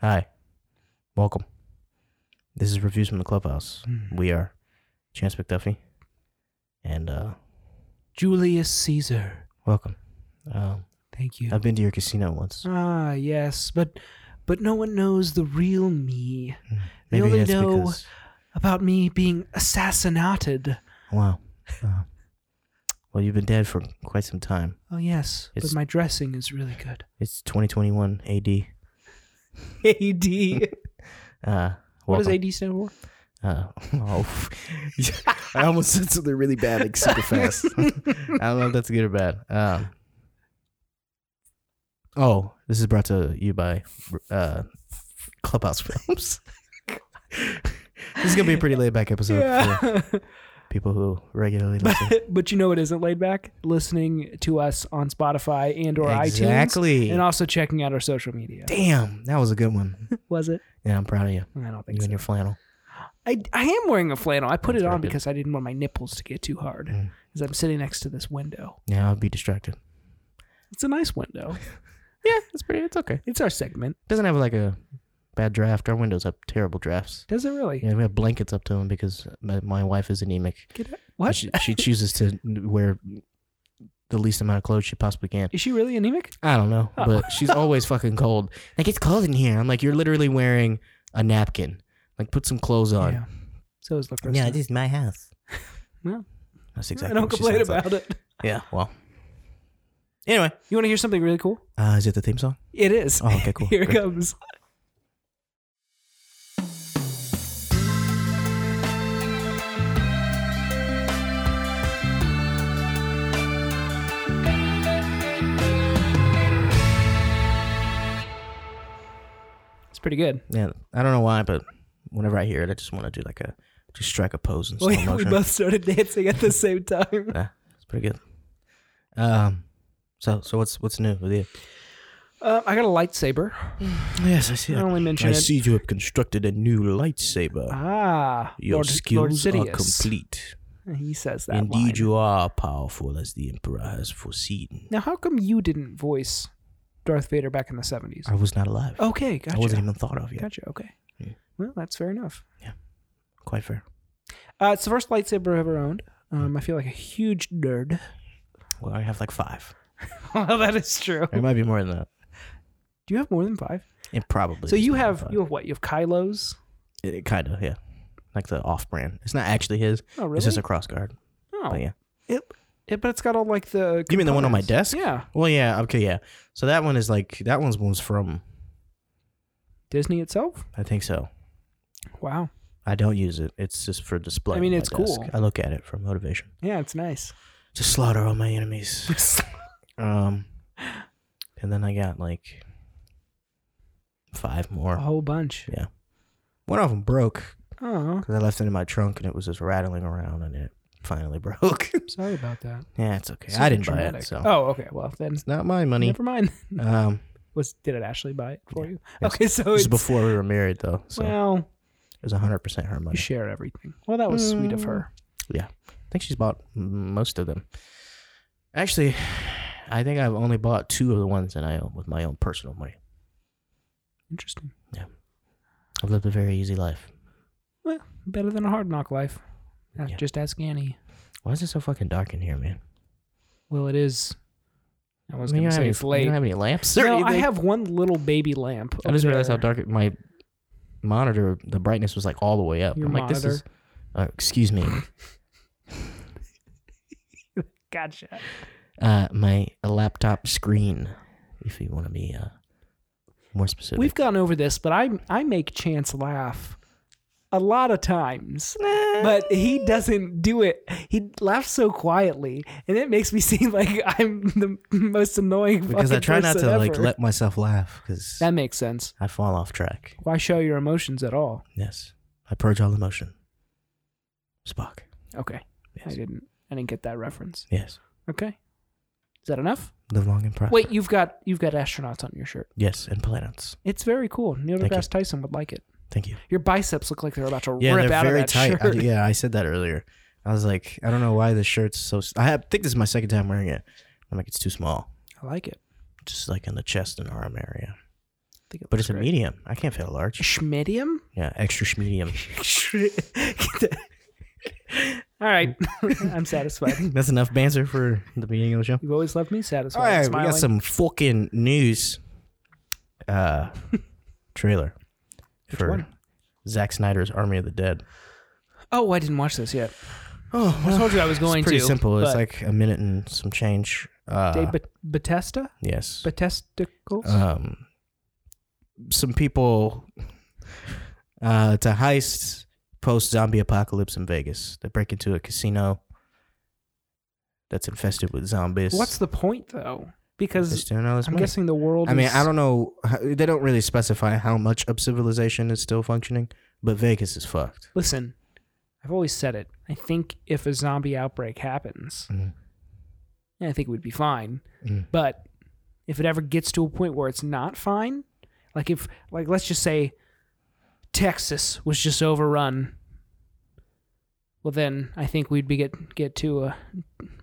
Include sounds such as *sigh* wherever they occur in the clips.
Hi, welcome. This is reviews from the clubhouse. Hmm. We are Chance McDuffie, and uh, Julius Caesar. welcome. Um, Thank you. I've been to your casino once. ah, yes, but but no one knows the real me Maybe they Hmm. only that's know- because about me being assassinated. wow. Uh, well, you've been dead for quite some time. Oh yes, It's- but my dressing is really *laughs* good. It's 2021 AD. AD. Uh, what does welcome. AD stand for? Uh, oh, *laughs* I almost said something really bad, like super fast. *laughs* I don't know if that's good or bad. Um, oh, this is brought to you by uh, Clubhouse Films. *laughs* this is gonna be a pretty laid back episode for *laughs* people who *laughs* regularly listen. but you know it isn't laid back. Listening to us on Spotify and or iTunes, exactly. and also checking out our social media. Damn, that was a good *laughs* one. Was it? Yeah, I'm proud of you. I don't You think so. and your flannel. I, I am wearing a flannel. I put That's it very on good. because I didn't want my nipples to get too hard Mm. because I'm sitting next to this window. Yeah, I'll be distracted. It's a nice window. Yeah, it's pretty. It's okay. It's our segment. Doesn't have like a bad draft. Our windows have terrible drafts. Does it really? Yeah, we have blankets up to him because my, my wife is anemic. Get it? and What? She, she chooses to wear the least amount of clothes she possibly can. Is she really anemic? I don't know, Oh. but she's always fucking cold. Like, it's cold in here. I'm like, you're literally wearing a napkin. Like, put some clothes on. Yeah. So is LaCroix. Yeah, this is my *laughs* house. Well, That's exactly I don't what she complain sounds like. about it. Yeah, well. Anyway, You want to hear something really cool? uh, is it the theme song? It is. Oh, okay, cool. *laughs* Here it Great. comes. It's pretty good. Yeah, I don't know why, but whenever I hear it, I just want to do like a, just strike a pose in slow Oh, yeah, *laughs* we motion. both started dancing at the same time. it's pretty good. Um, so, so what's, what's new with you? Uh, I got a lightsaber. Yes, I see I only mentioned I it. see you have constructed a new lightsaber. Ah, Your Lord, skills Lord are Sidious. complete. *laughs* He says that. Indeed, line. you are powerful as the Emperor has foreseen. Now, how come you didn't voice Darth Vader back in the seventies? I was not alive. Okay, Oh, gotcha. I wasn't even thought of yet. Gotcha. Okay. Yeah. Well, that's fair enough. Quite fair. Uh, it's the first lightsaber I've ever owned. Um, I feel like a huge nerd. *laughs* Well, I have like five. well, that is true. It might be more than that. Do you have more than five? It probably. so is you more than have five. you have what? You have Kylo's. It, kind of yeah, like the off-brand. It's not actually his. Oh, really? It's just a cross guard. oh, But yeah. It, it, but it's got all like the. You mean the one on my components. desk? Yeah, Well, yeah. Okay, yeah. So that one is like that one's one's from. Disney itself. I think so. Wow. I don't use it. It's just for display. I mean, on my it's cool. desk. I look at it for motivation. Yeah, *laughs* it's nice. to slaughter all my enemies. *laughs* Um, and then I got like five a more. whole bunch. One of them broke Oh, because I left it in my trunk and it was just rattling around and it finally *laughs* broke. sorry about that. yeah, it's okay. Super I didn't buy traumatic. it, so Oh, okay. Well, then it's not my money. never mind. *laughs* Um, Was did it actually buy it for you? Yes. Okay, so this it's is before we were married, though, so well, it was hundred percent her you money. share everything. Well, that was sweet Mm. of her. I think she's bought m- most of them. Actually, I think I've only bought two of the ones that I own with my own personal money. Interesting. I've lived a very easy life. Better than a hard knock life. Uh, Yeah. Just ask Annie. Why is it so fucking dark in here, man? Well, it is. I was We don't going to have say any- it's we late. don't have any lamps or No, I anything. have one little baby lamp. I over just realized how there. dark it- my monitor, the brightness was like all the way up. Your I'm like, this is. Uh, excuse me. Gotcha. Uh, my laptop screen, if you want to be uh, more specific. We've gone over this, but I I make Chance laugh a lot of times. But he doesn't do it. He laughs so quietly, and it makes me *laughs* seem like I'm the most annoying. because I fucking try not to person like ever. let myself laugh because That makes sense. I fall off track. Why show your emotions at all? Yes, I purge all emotion. Spock. Okay, I Yes. didn't. I didn't get that reference. Yes. Okay, is that enough? Live long and prosper. Wait, you've got you've got astronauts on your shirt. Yes, and planets. It's very cool. Neil Thank you. deGrasse Tyson would like it. Thank you. Your biceps look like they're about to Yeah, rip they're out very of that tight. I- shirt. *laughs* yeah, I said that earlier. I was like, I don't know why this shirt's so. s- I have, think this is my second time wearing it. I'm like, it's too small, I like it. just like in the chest and arm area. think it But looks it's a great. medium. I can't fit a large. Schmidium? Yeah, extra medium. *laughs* All right. *laughs* I'm satisfied. That's enough banter for the beginning of the show. You've always left me satisfied. All right, we smiling. got some fucking news. *laughs* Uh, trailer for one? Zack Snyder's Army of the Dead. Oh, I didn't watch this yet. *sighs* Oh, I told you I was going it's pretty to. simple. It's but- like a minute and some change. Uh, Dave Bat- Batista? yes. Batisticles? um, some people. Uh, it's a heist post zombie apocalypse in Vegas. They break into a casino that's infested with zombies. What's the point, though? Just Because doing all this I'm money. guessing the world I mean, is- I don't know. how- They don't really specify how much of civilization is still functioning, but Vegas is fucked. Listen, I've always said it. I think if a zombie outbreak happens, Mhm. yeah, I think we'd be fine. Mm. But if it ever gets to a point where it's not fine, like if like let's just say Texas was just overrun, well then I think we'd be get get to a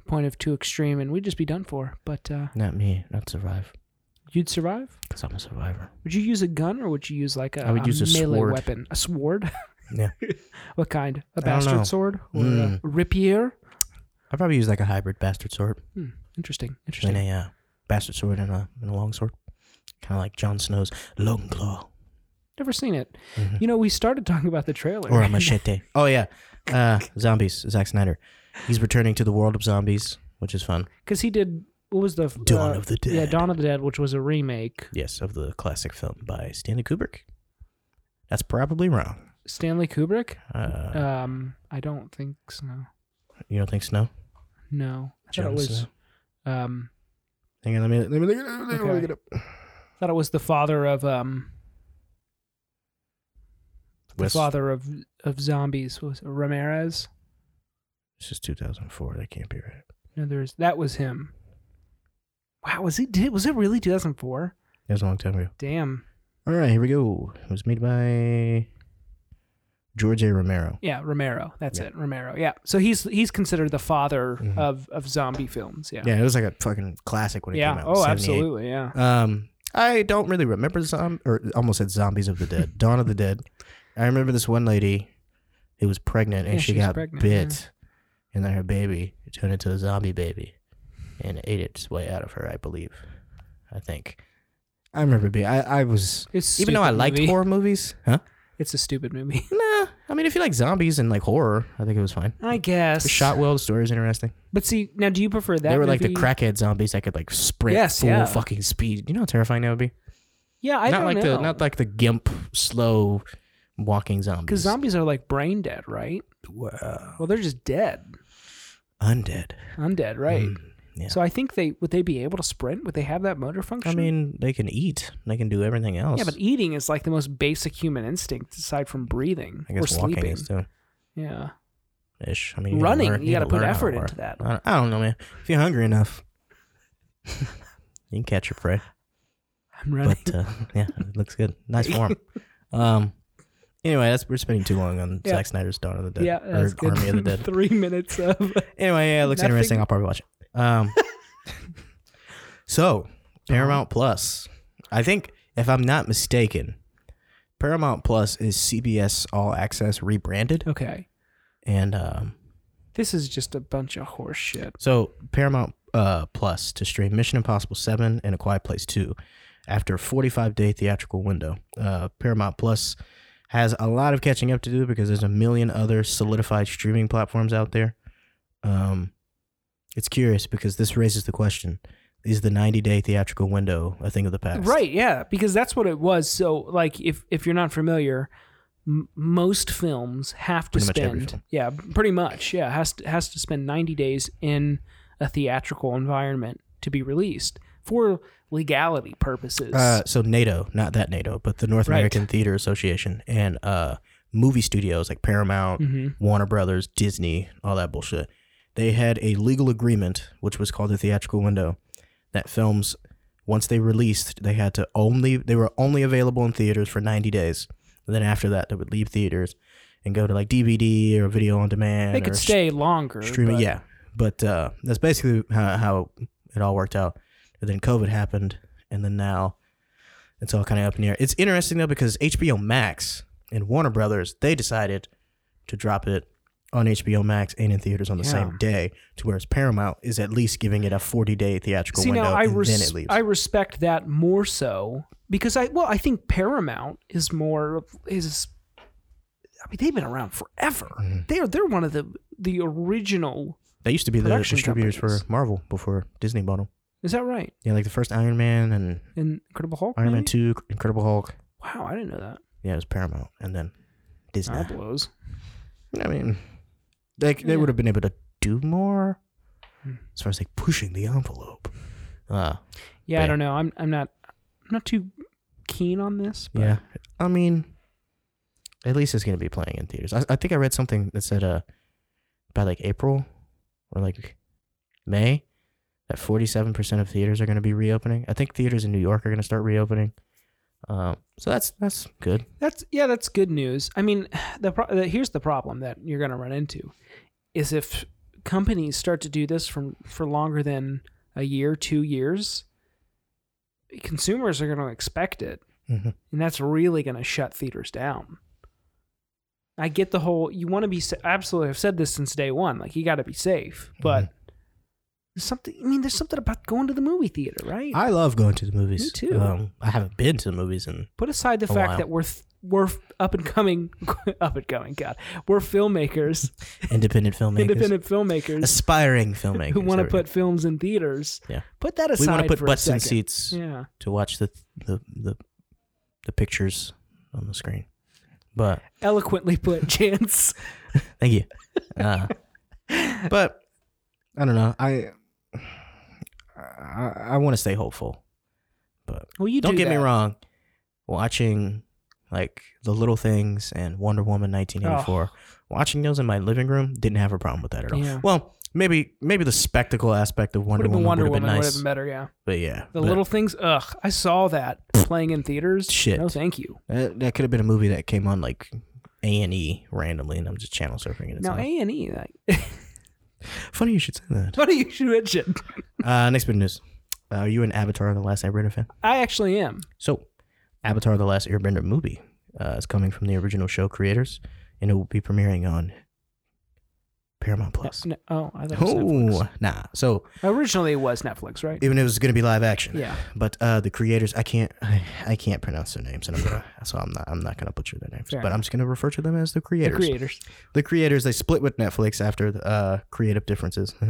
point of too extreme and we'd just be done for. But uh, Not me. Not survive you'd survive. because I'm a survivor. Would you use a gun or would you use like a, I would use a melee sword. weapon? A sword? *laughs* Yeah. what kind? A don't know. bastard sword or Mm. a rapier? I probably use like a hybrid bastard sword Hmm. Interesting. and Interesting. a uh, bastard sword and a, and a long sword, kind of like Jon Snow's long claw Never seen it. Mhm. You know, we started talking about the *laughs* trailer. or a machete. *laughs* oh yeah, uh, zombies. Zack Snyder. He's returning to the world of zombies, which is fun. Because he did what was the f- Dawn uh, of the Dead. Yeah, Dawn of the Dead, which was a remake. Yes, of the classic film by Stanley Kubrick. That's probably wrong. Stanley Kubrick. Uh, Um, I don't think so. you don't think Snow? No, I thought it Jon was. Snow? uh-huh. Um, Hang on, let me let me look it up. Let me Okay. look it up. thought it was the father of um, the Wes- father of of zombies What was it, Ramirez. This is 2004. That can't be right. No, there's that was him. Wow, was he? Did was it really 2004? That was a long time ago. Damn. All right, here we go. It was made by George A. Romero. Yeah, Romero. That's Yeah. it, Romero. Yeah. So he's he's considered the father Mhm. of of zombie films. Yeah. Yeah. it was like a fucking classic when it Yeah. came out. in Oh, 78. absolutely. Yeah. Um, I don't really remember zom or almost said zombies of the *laughs* dead, Dawn of the Dead. I remember this one lady who was pregnant and Yeah, she she was got pregnant, bit, and then her baby turned into a zombie baby, and ate its way out of her. I believe. I think. I remember being. I, I was. It's a Even though I stupid liked movie. horror movies, huh? It's a stupid movie. *laughs* Nah, I mean, if you like zombies and like horror, I think it was fine. I guess. The shot well, the story is interesting. But see, now do you prefer that? they were like the movie? crackhead zombies that could like sprint Yes, full yeah. fucking speed. You know how terrifying that would be? Yeah, I not don't like know. the not like the gimp slow walking zombies. because zombies are like brain dead, right? Wow. Well, they're just dead, undead. undead, right? Mm, yeah. So I think they would they be able to sprint? Would they have that motor function? I mean, they can eat. They can do everything else. yeah, but eating is like the most basic human instinct aside from breathing I or guess walking sleeping. is too Yeah, ish. I mean, you gotta running learn- you got to put learn how to effort walk. into that. I don't, I don't know, man. If you're hungry enough, *laughs* you can catch your prey. I'm running. but uh, *laughs* yeah, it looks good. Nice *laughs* form. Um. Anyway, that's we're spending too long on Yeah. Zack Snyder's Dawn of the Dead yeah, or that's good. *laughs* Army of the Dead. Three minutes of *laughs* Anyway, yeah, it looks Nothing- interesting. I'll probably watch it. Um. so Paramount Plus, I think if I'm not mistaken, Paramount Plus is CBS All Access rebranded, okay. and um, This is just a bunch of horse shit. So Paramount uh, Plus to stream Mission Impossible Seven and A Quiet Place Two after a 45 day theatrical window. Uh, Paramount Plus has a lot of catching up to do because there's a million other solidified streaming platforms out there. Um, it's curious because this raises the question: Is the 90 day theatrical window a thing of the past? Right, yeah, because that's what it was. So, like, if if you're not familiar, m- most films have to Pretty much every spend, film. yeah, pretty much, yeah, has to, has to spend 90 days in a theatrical environment to be released for legality purposes. Uh, so NATO, not that NATO, but the North Right. American Theater Association and uh, movie studios like Paramount, Mhm. Warner Brothers, Disney, all that bullshit. They had a legal agreement, which was called the theatrical window, that films, once they released, they had to only they were only available in theaters for ninety days. And then after that, they would leave theaters and go to like DVD or video on demand. they or could s- stay longer. streaming. but- Yeah, but uh, that's basically how, how it all worked out. And then COVID happened, and then now It's all kind of up in the air. It's interesting though because HBO Max and Warner Brothers they decided to drop it on HBO Max and in theaters on the Yeah. same day, to whereas Paramount is at least giving it a 40 day theatrical See window now, I and then res- it leaves. I respect that more so because I well I think Paramount is more of- is. I mean, they've been around forever. Mm-hmm. They're they're one of the the original. they used to be the production distributors companies. for Marvel before Disney bought them. Is that right? Yeah, like the first Iron Man and In Incredible Hulk. Iron Man 2, maybe? Incredible Hulk. Wow, I didn't know that. Yeah, it was Paramount and then Disney. That blows. I mean, they they Yeah. would have been able to do more as far as like pushing the envelope. Uh, Yeah, But- I don't know. I'm I'm not I'm not too keen on this. But yeah. I mean, at least it's gonna be playing in theaters. I, I think I read something that said uh by like April or like May that forty seven percent of theaters are gonna be reopening. I think theaters in New York are gonna start reopening. Um, so that's that's good. That's yeah, that's good news. I mean, *sighs* the, pro- the here's the problem that you're going to run into is if companies start to do this from for longer than a year, 2 years, consumers are going to expect it, Mhm. and that's really going to shut theaters down. I get the whole you want to be sa- absolutely I've said this since day 1, like you got to be safe, Mm-hmm. but there's something I mean, there's something about going to the movie theater, right? I love going to the movies. Me too. Um, I haven't been to the movies *laughs* in Put aside the a fact while. that we're th- we're f- up and coming, *laughs* up and coming. God, *laughs* we're filmmakers, independent filmmakers, independent filmmakers aspiring filmmakers who want there to we go. put films in theaters. Yeah. put that we aside. want to for put a butts in second. seats Yeah, to watch the, the the the pictures on the screen. But eloquently put, *laughs* Chance. thank you. *laughs* Uh, but I don't know. I I, I want to stay hopeful. Well, you don't do get me that. wrong. Watching like the little things and Wonder Woman 1984, watching those in my living room didn't have a problem with that at all. Yeah. Well, maybe maybe the spectacle aspect of Wonder Would have been Woman would have Wonder been Woman. Would nice, have been better. Yeah, but yeah, the but little things. Ugh, I saw that playing in theaters. Shit. no, thank you. that, that could have been a movie that came on like A and E randomly, and I'm just channel surfing it. It's Now not- A and E. Like, *laughs* Funny you should say that. what are you mention? Uh, next bit of news. Uh, are you an Avatar: The Last Airbender fan? I actually am. So, Avatar: The Last Airbender movie uh, is coming from the original show creators, and it will be premiering on Paramount Plus. No, oh, I thought it was Netflix. Oh, nah. So Originally, it was Netflix, right? even if it was going to be live action, yeah. But uh, the creators, I can't, *sighs* I, I can't pronounce their names, and I'm gonna, so I'm not, I'm not gonna butcher their names. Fair but I'm just gonna refer to them as the The creators. creators. the creators they split with Netflix after uh, creative differences. *laughs*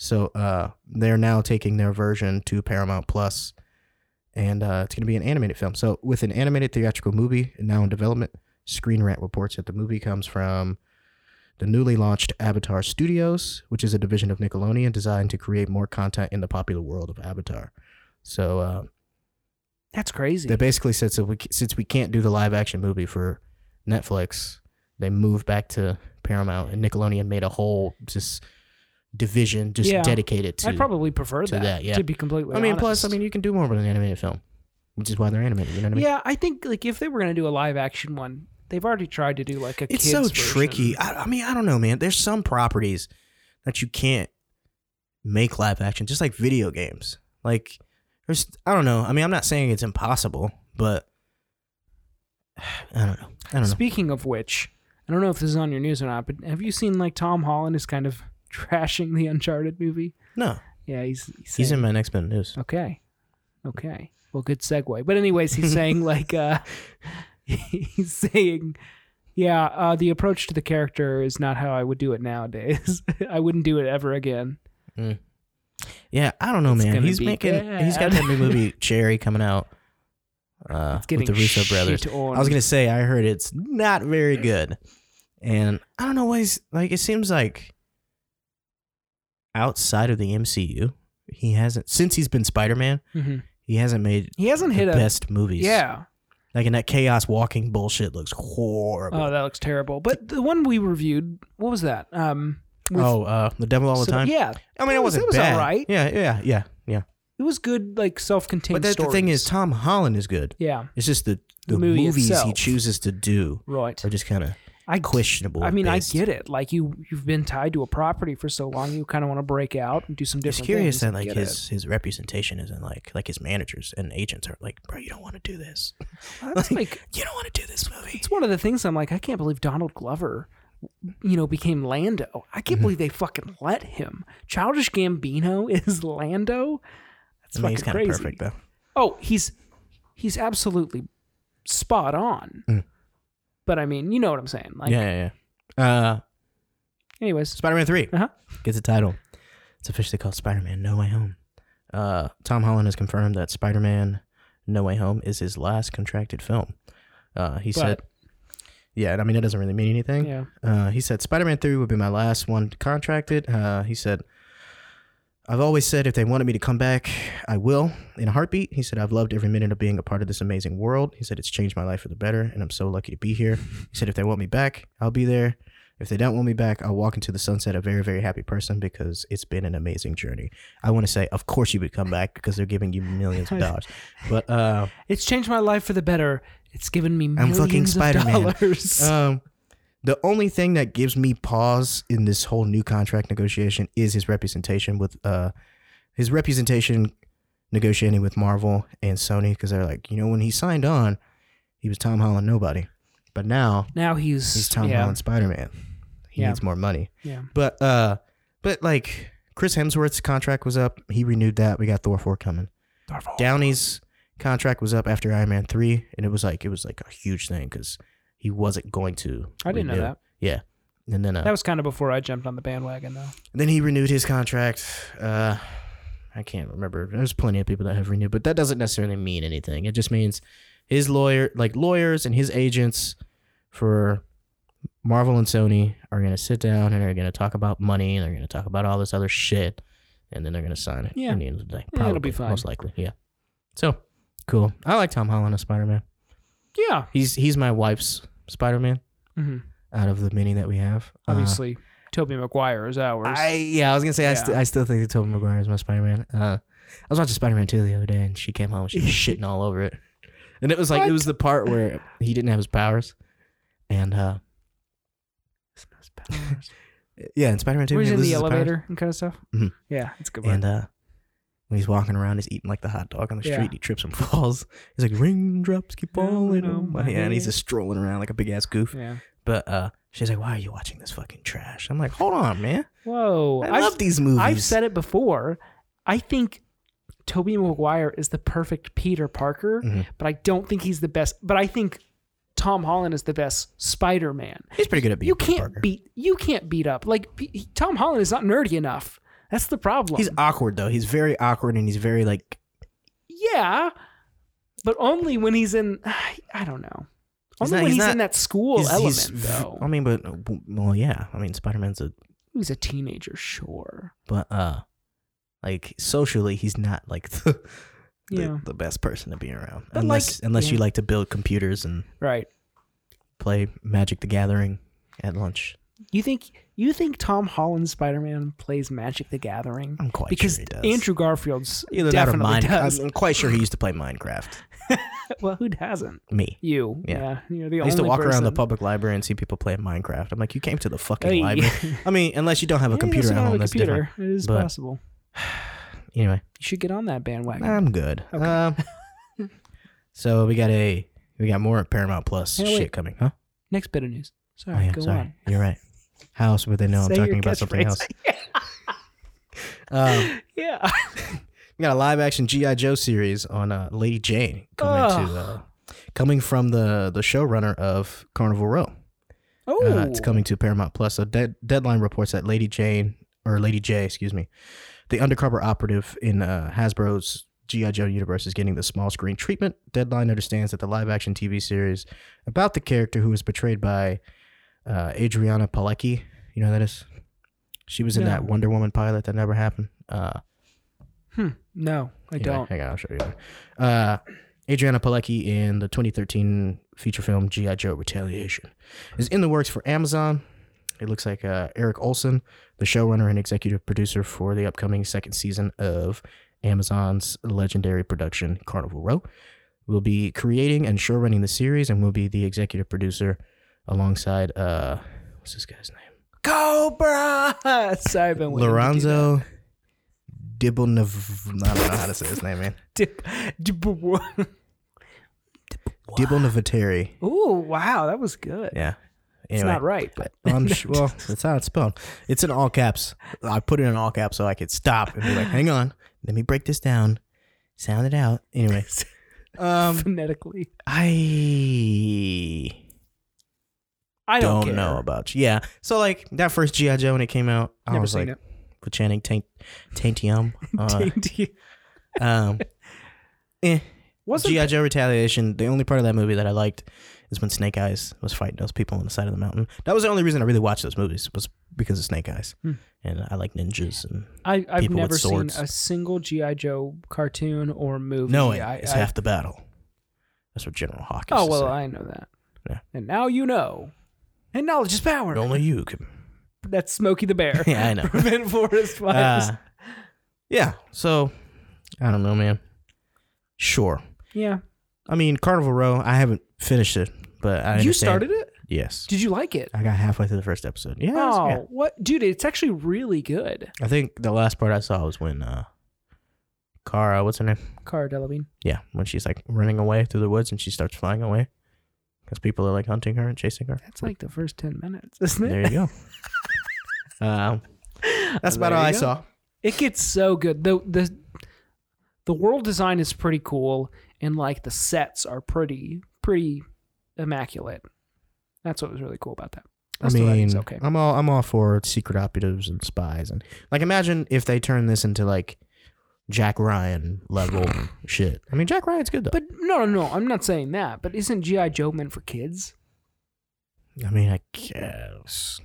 so uh, they're now taking their version to Paramount Plus, and uh, it's going to be an animated film. So with an animated theatrical movie now in development, Screen Rant reports that the movie comes from the newly launched Avatar Studios, which is a division of Nickelodeon designed to create more content in the popular world of Avatar. So uh, That's crazy. they basically said so we, since we can't do the live action movie for Netflix, they moved back to Paramount and Nickelodeon made a whole just division just Yeah. dedicated to. I'd probably prefer to that, that, yeah. to be completely I mean, plus, I honest. mean, you can do more with an animated film, which is why they're animated. You know what I mean? yeah, I think like if they were gonna do a live action one, they've already tried to do like a. it's kids so version. tricky. I, I mean, I don't know, man. There's some properties that you can't make live action, just like video games. Like, there's, I don't know. I mean, I'm not saying it's impossible, but *sighs* I don't know. I don't know. Speaking of which, I don't know if this is on your news or not, but have you seen like Tom Holland is kind of *laughs* trashing the Uncharted movie? No, Yeah, Oh. he's he's, he's in saying- my next bit of news. Okay, okay. Well, good segue. But anyways, *laughs* he's saying like uh, *laughs* he's saying. Yeah, uh, the approach to the character is not how I would do it nowadays. *laughs* I wouldn't do it ever again. Yeah, I don't know, It's man. gonna He's be making. He's got bad. that new *laughs* movie Cherry coming out uh, It's with getting the Russo brothers. shit on. I was gonna say I heard it's not very good, and I don't know why. He's, like it seems like outside of the MCU, he hasn't since he's been Spider Man. Mhm. He hasn't made He hasn't the hit a best movies. yeah. like in that Chaos Walking bullshit looks horrible. Oh, that looks terrible. But the one we reviewed, what was that? Um, with- oh, uh, the Devil all the so- time. Yeah, I mean, that it was- wasn't that was bad. alright. Yeah, yeah, yeah, yeah. it was good, like self-contained. But that, the thing is, stories. Tom Holland is good. yeah, It's just the, the movie movies he itself. chooses to do right. are just kind of I questionable. I mean, based. I get it. Like you, you've been tied to a property for so long, you kind of want to break out and do some different. It's curious things. that I like get his his representation isn't like like his managers and agents are like, bro, you don't want to do this. *laughs* it. That's like You don't want to do this movie. it's one of the things I'm like, I can't believe Donald Glover, you know, became Lando. I Mm-hmm. can't believe they fucking let him. Childish Gambino *laughs* is Lando. That's I mean, he's fucking kind of crazy. perfect though. Oh, he's he's absolutely spot on. Mm. But I mean, you know what I'm saying. Like, yeah, yeah, yeah. Uh, anyways, Spider-Man *laughs* 3 *laughs* Uh-huh. gets a title. It's officially called Spider-Man No Way Home. Uh, Tom Holland has confirmed that Spider-Man No Way Home is his last contracted film. Uh, he said, "Yeah, and I mean that doesn't really mean anything." yeah, Uh, he said, Spider Man 3 would be my last one contracted. Uh, he said, I've always said if they wanted me to come back, I will in a heartbeat. He said, I've loved every minute of being a part of this amazing world. He said, it's changed my life for the better, and I'm so lucky to be here. He said, if they want me back, I'll be there. If they don't want me back, I'll walk into the sunset a very, very happy person because it's been an amazing journey. I want to say, of course you would come back because they're giving you millions of *laughs* dollars. But, uh, it's changed my life for the better. It's given me fucking millions Spider-Man. *laughs* of dollars. Um, the only thing that gives me pause in this whole new contract negotiation is his representation with uh, his representation negotiating with Marvel and Sony because they're like, you know, when he signed on, he was Tom Holland nobody, but now *laughs* now he's he's Tom yeah, Holland Spider Man. He Yeah. needs more money. Yeah. But uh, but like Chris Hemsworth's contract was up. He renewed that. We got Thor four coming. Downey's contract was up after Iron Man three, and it was like it was like a huge thing because he wasn't going to. I didn't know renew. that. Yeah, and then uh, That was kind of before I jumped on the bandwagon, though. then he renewed his contract. Uh, I can't remember. There's plenty of people that have renewed, but that doesn't necessarily mean anything. It just means his lawyer, like lawyers and his agents for Marvel and Sony, are gonna sit down and are gonna talk about money and they're gonna talk about all this other shit, and then they're gonna sign it. Yeah. in the end of the day, Yeah, probably it'll be fine. most likely. Yeah. So cool. I like Tom Holland as Spider Man. Yeah, He's he's my wife's Spider Man Uh-huh. Mhm. out of the many that we have. Uh, obviously, Toby Maguire is ours. *laughs* I yeah, I was gonna say I, st- Yeah. I still think that Tobey Maguire is my Spider Man. Uh, I was watching Spider Man two the other day, and she came home and she *laughs* was shitting all over it. And it was like it What? was the part where he didn't have his powers, and uh, yeah, in Spider Man two, Where when he's he loses his in the powers, elevator and kind of stuff. Mhm. Yeah, it's a good. and one. uh, when he's walking around, he's eating like the hot dog on the Yeah. street. He trips and *laughs* falls. He's like raindrops keep Falling falling on on my my head, and he's head. just strolling around like a big ass goof. yeah. But uh, she's like, "Why are you watching this fucking trash?" I'm like, "Hold on, man. Whoa, I I've- love these movies." I've said it before. I think Toby Maguire is the perfect Peter Parker, Mhm. but I don't think he's the best. But I think Tom Holland is the best Spider-Man. he's pretty good at being you Peter can't Parker. beat you can't beat up like P- he- Tom Holland is not nerdy enough. That's the problem. He's awkward though. He's very awkward and he's very like yeah, but only when he's in *sighs* I don't know. He's Only not- when he's he's, not- in that school he's- element he's v- um, though. I mean, but well, yeah. I mean, Spider Man's a he's a teenager, sure. but uh, like socially, he's not like *laughs* the the, Yeah. the best person to be around. But, unless like, unless you yeah. like to build computers and Right. play Magic the Gathering at lunch. You think you think Tom Holland's Spider-Man plays Magic the Gathering? I'm quite because sure he does. Andrew Garfield's Either that or definitely Mine- does. I'm quite sure he used to play Minecraft. *laughs* well, who hasn't? Me. You, Yeah. yeah, you're the I only used to walk around the person. public library and see people playing Minecraft. I'm like, you came to the fucking Hey. *laughs* library. I mean, unless you don't *laughs* have a Yeah, computer that's at not on home, the that's different. computer. It is but- possible. Anyway. You should get on that bandwagon. I'm good. Um, *laughs* so we got a we got more Paramount Plus Hey, shit wait. coming, huh? Next bit of news. Sorry, oh yeah, go sorry. on. You're right. How else would they know Say I'm talking your about something catchphrase. else? *laughs* Um, yeah. we got a live action GI Joe series on uh, Lady Jane coming to uh, coming from the the showrunner of Carnival Row. Oh, Uh, it's coming to Paramount Plus. So Dead Deadline reports that Lady Jane or Lady J, excuse me, the undercover operative in uh, Hasbro's GI Joe universe is getting the small screen treatment. Deadline understands that the live action TV series about the character who was portrayed by uh, Adriana Palecki, you know who that is. She was in No. that Wonder Woman pilot that never happened. Uh, No, I Anyway, don't. Hang on, I'll show you. Uh, Adriana Palecki in the 2013 feature film G.I. Joe Retaliation is in the works for Amazon. It looks like uh, Eric Olson, the showrunner and executive producer for the upcoming second season of Amazon's legendary production Carnival Row, will be creating and showrunning the series and will be the executive producer alongside uh, what's this guy's name? Cobra. *laughs* Sorry, I've been waiting to do Lorenzo Dibble. I don't know how to say his name, man. that. Dip- dip- *laughs* Dibble Navateri. Ooh, wow, that was good. Yeah. It's Anyway. not right, but *laughs* *laughs* I'm sh- well, that's how it's spelled. It's in all caps. I put it in all caps so I could stop and be like, "Hang on, let me break this down, sound it out." *laughs* Anyway, um, phonetically, I I don't, don't, care. know about you. Yeah, so like that first GI Joe when it came out, I Never was seen like, with Channing Taint- *laughs* Tatum. Uh, it. um, eh. Wasn't GI Joe Retaliation. The only part of that movie that I liked is when Snake Eyes was fighting those people on the side of the mountain. That was the only reason I really watched those movies was because of Snake Eyes, Hmm. and I like ninjas and I, I've people with never seen swords. a single GI Joe cartoon or movie. knowing I, is I- half the battle. That's what General Hawkins. *laughs* oh said. well, I know that. Yeah. And now you know. And knowledge is power. only you can. *laughs* That's Smokey the Bear. *laughs* Yeah, I know. *laughs* Prevent forest fires. Uh, yeah. So I don't know, man. Sure. yeah. I mean, Carnival Row. I haven't finished it, but I You understand- started it? Yes. Did you like it? I got halfway through the first episode. Yeah. it's- Oh, yeah. what, dude! It's actually really good. I think the last part I saw was when uh, Kara, what's her name? Cara Delevingne. Yeah, when she's like running away through the woods and she starts flying away because people are like hunting her and chasing her. That's like the first ten minutes, isn't it? There you *laughs* go. um, that's about There all you I go. saw. It gets so good. the the The world design is pretty cool, and like the sets are pretty pretty immaculate. That's what was really cool about that. I That's the writing's mean, okay. I'm all I'm all for secret operatives and spies and like imagine if they turn this into like Jack Ryan *sighs* level shit. I mean, Jack Ryan's good though. But no, no, no, I'm not saying that. But isn't GI Joe meant for kids? I mean, I guess.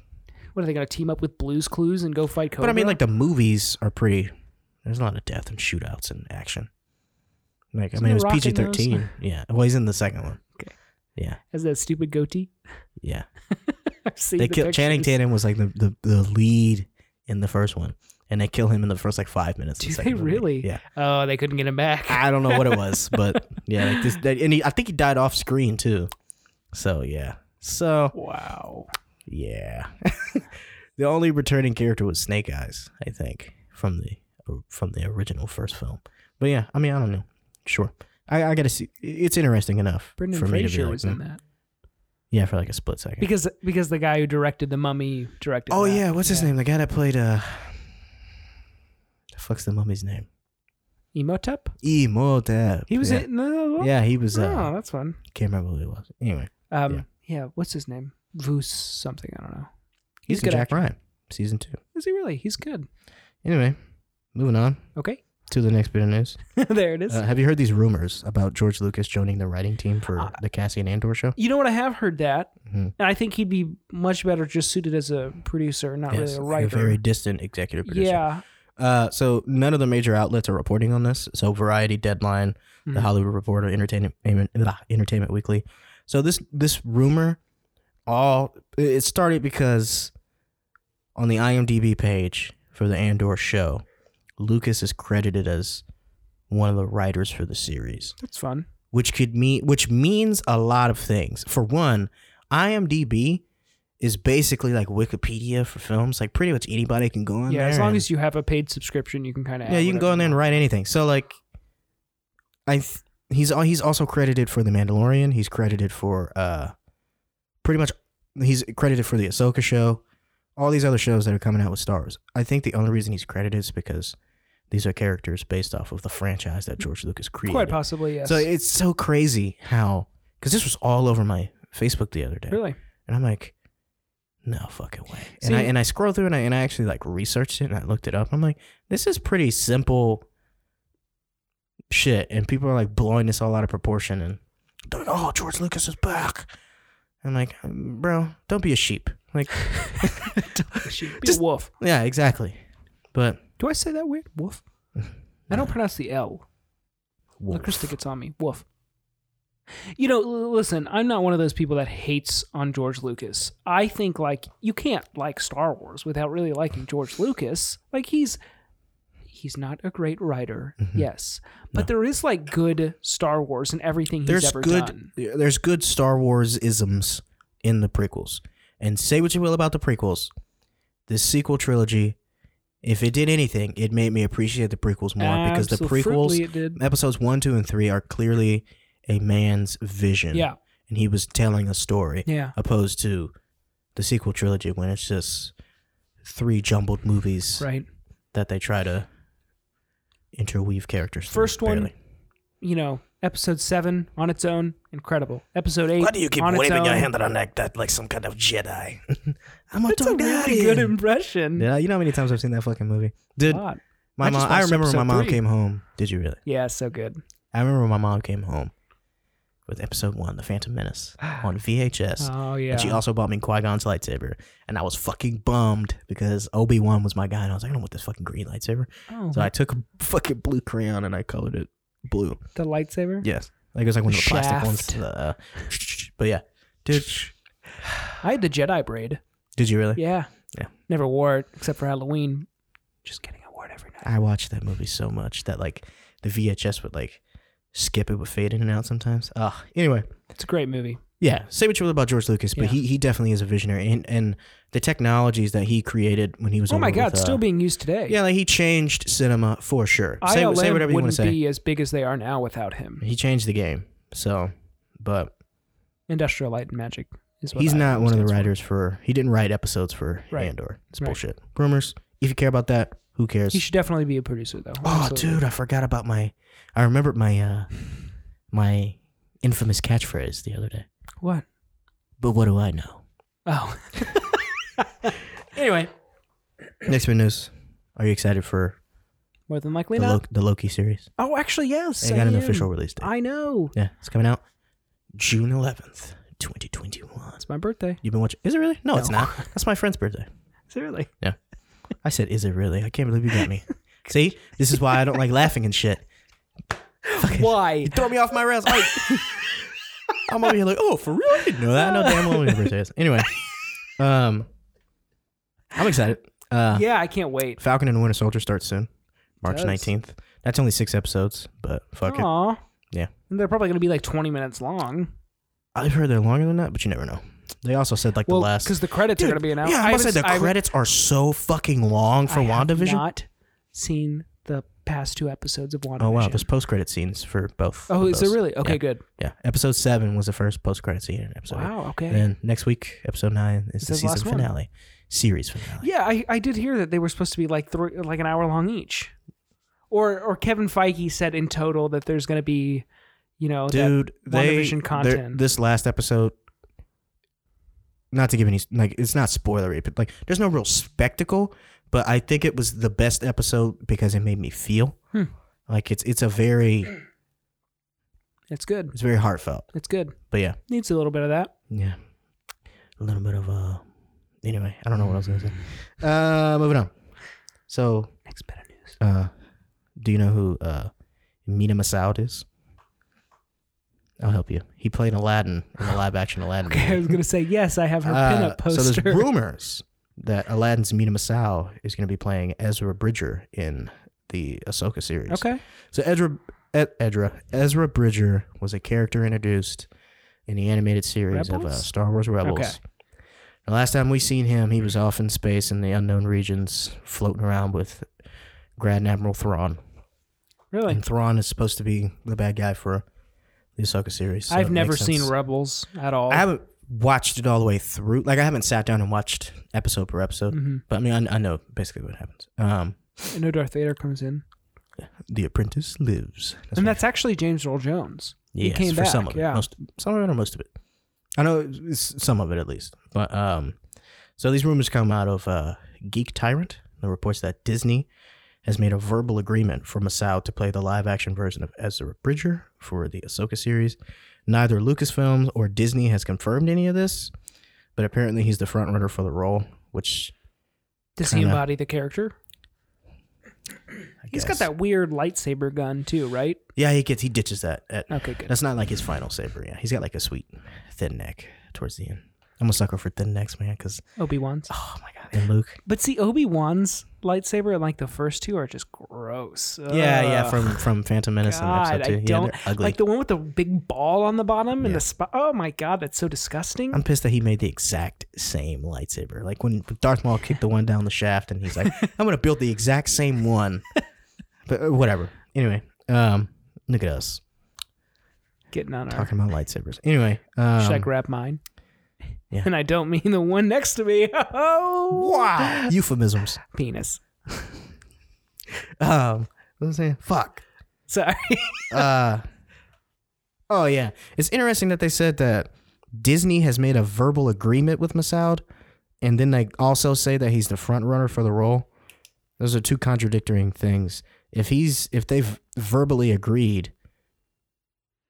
What are they going to team up with Blue's Clues and go fight Cobra? But I mean, like the movies are pretty. There's a lot of death and shootouts and action. Like Isn't I mean, it was The Rock in PG thirteen. those? Yeah. Well, he's in the second one. Okay. Yeah. has that stupid goatee. *laughs* Yeah. I've seen they the killed Channing pictures. Tatum was like the, the the lead in the first one, and they kill him in the first like five minutes. of Do the they second movie. really? Yeah. Oh, they couldn't get him back. I don't know what it was, but yeah, like this, that, and he, I think he died off screen too. So yeah, so wow. yeah, *laughs* the only returning character was Snake Eyes, I think, from the from the original first film. But yeah, I mean, I don't know. Sure, I, I gotta see. It's interesting enough Brendan for me to be Fraser like, was in mm. that yeah, for like a split second. because because the guy who directed the Mummy directed. oh that. yeah, what's his name? The guy that played uh, the fuck's the mummy's name? Emotep. Imhotep. He was yeah. in. No, no, no. Yeah, he was. Uh, Oh, that's fun. Can't remember who he was. Anyway, Um, yeah. yeah. What's his name? Voos something. I don't know. he's, He's in good Jack Ryan season two. Is he really? He's good. Anyway, moving on *laughs* Okay. *laughs* to the next bit of news. there it is. Uh, have you heard these rumors about George Lucas joining the writing team for Uh, the Cassian Andor show? you know what? I have heard that, Mhm. and I think he'd be much better just suited as a producer, not Yes, really a writer. very distant executive producer. Yeah. Uh, so none of the major outlets are reporting on this. So Variety, Deadline, Mhm. The Hollywood Reporter, Entertainment Amen- blah, Entertainment Weekly. So this this rumor all it started because on the IMDb page for the Andor show, Lucas is credited as one of the writers for the series, That's fun. which could mean which means a lot of things. For one, IMDb is basically like Wikipedia for films. Like pretty much anybody can go on Yeah. there. As long and- as you have a paid subscription, you can kind of yeah, you can go in there and write anything. So like, I th- he's al- he's also credited for the Mandalorian. He's credited for uh, pretty much he's credited for the Ahsoka show, all these other shows that are coming out with Star Wars. I think the only reason he's credited is because these are characters based off of the franchise that George Lucas created. Quite possibly, yes. So it's so crazy how because this was all over my Facebook the other day. really, And I'm like, no fucking way. and See- I and I scrolled through and I and I actually like researched it and I looked it up. I'm like, this is pretty simple shit. And people are like blowing this all out of proportion and they're like, oh, George Lucas is back. I'm like, bro, don't be a sheep. *laughs* Like, She'd be Just- a wolf. *laughs* yeah, exactly. But Do I say that weird? *laughs* Wolf. I don't pronounce the L. Krista gets on me. Woof. You know, l- listen, I'm not one of those people that hates on George Lucas. I think like you can't like Star Wars without really liking George Lucas. Like he's he's not a great writer, Mm-hmm. yes, but there is like good Star Wars and everything he's there's ever good done. there's good Star Wars isms in the prequels. And say what you will about the prequels, the sequel trilogy, if it did anything, it made me appreciate the prequels more because the Absolutely prequels, it did. episodes one, two, and three, are clearly a man's vision. Yeah. And he was telling a story Yeah. opposed to the sequel trilogy when it's just three jumbled movies Right. that they try to interweave characters. through, First one, barely. you know, episode seven on its own, incredible. Episode eight. Why do you keep on its waving your own, hand around like that, like some kind of Jedi? *laughs* I'm a It's a Targaryen. really good impression. yeah, you know how many times I've seen that fucking movie, dude. God. My I just mom. I watched remember when my episode mom three. came home. Did you really? Yeah, so good. I remember when my mom came home with episode one, The Phantom *sighs* Menace, on VHS. Oh yeah. And she also bought me Qui Gon's lightsaber, and I was fucking bummed because Obi Wan was my guy, and I was like, I don't want this fucking green lightsaber. oh, So I took a fucking blue crayon and I colored it blue. the lightsaber. Yes, like it was like one of the plastic ones. Shaft. The, uh, but yeah, dude, I had the Jedi braid. did you really? Yeah. Yeah. Never wore it except for Halloween. Just kidding. I wore it every night. I watched that movie so much that like the VHS would like skip it would fade in and out sometimes. Ugh. Anyway, It's a great movie. yeah. Say what you will about George Lucas, but Yeah. he he definitely is a visionary, and and the technologies that he created when he was Oh my over God, with, uh, still being used today. yeah, like he changed cinema for sure. ILM Say, say whatever you want wouldn't to say. be as big as they are now without him. He changed the game. So, but Industrial Light and Magic is what he's ILM not one of the stands for. writers for. He didn't write episodes for Right. Andor. It's Right. bullshit. Rumors. If you care about that, who cares? He should definitely be a producer though. Oh, Absolutely. dude, I forgot about my. I remembered my uh, my infamous catchphrase the other day. What? But what do I know? *laughs* Oh. anyway, Next bit news. Are you excited for more than the, likely not. Lo- the Loki series? oh, actually, yes. They got an I am. official release date. uh, I know. yeah, it's coming out June eleventh, twenty twenty one. It's my birthday. You've been watching? Is it really? No, it's No. not. That's my friend's birthday. Seriously. I said, "Is it really?" I can't believe you got me. See, this is why I don't like laughing and shit. *laughs* Why? You throw me off my rails. Like, *laughs* I'm over here like, oh, for real? I didn't know that. I know damn well when your birthday is. Anyway, um, I'm excited. Uh, yeah, I can't wait. Falcon and the Winter Soldier starts soon, March Does. 19th. That's only six episodes, but fuck it. Aw. Yeah. And they're probably going to be like 20 minutes long. I've heard they're longer than that, but you never know. They also said like Well, the last. because the credits are Dude, going to be announced. Yeah, I must say haven't- the I haven't- credits are so fucking long for I have WandaVision. not seen the past two episodes of WandaVision. oh wow, there's post credit scenes for both. Oh, of is there those. really? Okay, Yeah. good. Yeah, episode seven was the first post credit scene in an episode. Wow, okay. And then next week, episode nine is Is the that the season last one? finale, series finale. Yeah, I, I did hear that they were supposed to be like three, like an hour long each, or or Kevin Feige said in total that there's going to be, you know, that, dude, they WandaVision they're- content. this last episode. Not to give any like it's not spoilery, but like there's no real spectacle. But I think it was the best episode because it made me feel Hmm. like it's it's a very it's good, it's very heartfelt. it's good. But yeah, Needs a little bit of that. yeah, a little bit of uh. Anyway, I don't know what I was gonna say. Hmm. Uh, moving on. So, Next bit of news. *laughs* uh, do you know who uh Mina Masoud is? I'll help you. He played Aladdin in the live action Aladdin. *laughs* Okay, I was going to say yes. I have her Uh, pinup poster. *laughs* So there's rumors that Aladdin's Mina Masao is going to be playing Ezra Bridger in the Ahsoka series. okay, So Ezra, Ed, Ezra, Ezra Bridger was a character introduced in the animated series of uh, Rebels? Star Wars Rebels. Okay. The last time we seen him, he was off in space in the unknown regions, floating around with Grand Admiral Thrawn. really. And Thrawn is supposed to be the bad guy for the Ahsoka series. so it I've makes never seen sense. Rebels at all. I haven't watched it all the way through. Like I haven't sat down and watched episode per episode. Mhm. But I mean, I, I know basically what happens. Um, I know Darth Vader comes in, the apprentice lives. That's and what- that's actually James Earl Jones. he yes, came for back, some of it, yeah. most some of it or most of it. I know it's some of it at least. But um, so these rumors come out of uh, Geek Tyrant. The reports that Disney has made a verbal agreement for Masao to play the live action version of Ezra Bridger for the Ahsoka series. Neither Lucasfilms or Disney has confirmed any of this, but apparently he's the front runner for the role, which Does he Kinda. embody the character? I He's got guess- that weird lightsaber gun too, right? Yeah, he gets he ditches that. At, Okay, good. That's not like his final saber. Yeah, he's got like a sweet thin neck towards the end. I'm a sucker for Thin Necks, man, because Obi Wan's. oh my god, and Luke. But see, Obi Wan's lightsaber and like the first two are just gross. Yeah, yeah, Ugh. from from Phantom Menace and God, I episode two. yeah, don't they're ugly. like the one with the big ball on the bottom Yeah. and the spot. Oh my god, that's so disgusting. I'm pissed that he made the exact same lightsaber. Like when Darth Maul kicked the one down the shaft, and he's like, *laughs* "I'm gonna build the exact same one." But uh, whatever. Anyway, um, look at us Getting on our. talking about lightsabers. Anyway, um, Should I grab mine? yeah. And I don't mean the one next to me. *laughs* Oh, wow, euphemisms. penis. Um, what was I saying? Fuck. *laughs* Sorry. uh, oh yeah, it's interesting that they said that Disney has made a verbal agreement with Masoud, and then they also say that he's the front runner for the role. Those are two contradicting things. If he's if they've verbally agreed,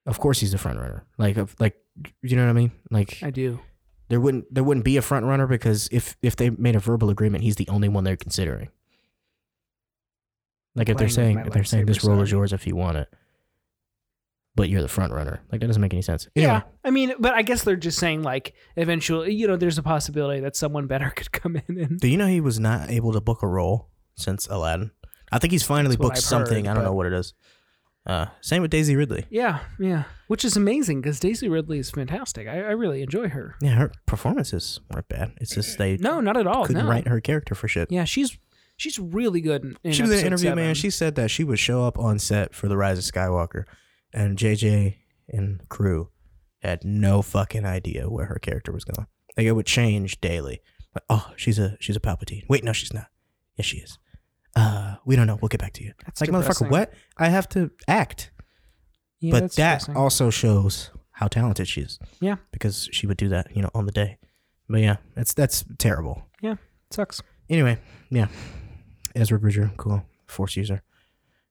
of course he's the front runner. Like of- like you know what I mean? Like I do. there wouldn't there wouldn't be a front runner because if if they made a verbal agreement, he's the only one they're considering. Like if Playing they're with saying my if they're saying lightsaber, this role is sorry. yours if you want it, but you're the front runner. Like that doesn't make any sense. Yeah. Anyway, I mean, but I guess they're just saying like eventually, you know, there's a possibility that someone better *laughs* could come in and Do you know he was not able to book a role since Aladdin? I think he's finally That's what booked I've something. heard, I don't know but- what it is. Uh, same with Daisy Ridley. Yeah, yeah. Which is amazing because Daisy Ridley is fantastic. I, I really enjoy her. Yeah, her performances weren't bad. It's just they No, not at all. couldn't no. write her character for shit. Yeah, she's she's really good. In, in she was in an episode interview, man. seven. She said that she would show up on set for The Rise of Skywalker, and JJ and crew had no fucking idea where her character was going. Like it would change daily. Like, oh, she's a she's a Palpatine. Wait, no, she's not. Yes, she is. Uh, we don't know. We'll get back to you. That's like, depressing. motherfucker, what? I have to act. Yeah, but that's that depressing. also shows how talented she is. Yeah. Because she would do that, you know, on the day. But yeah, that's that's terrible. sucks. Anyway, yeah. Ezra Bridger, cool. Force user.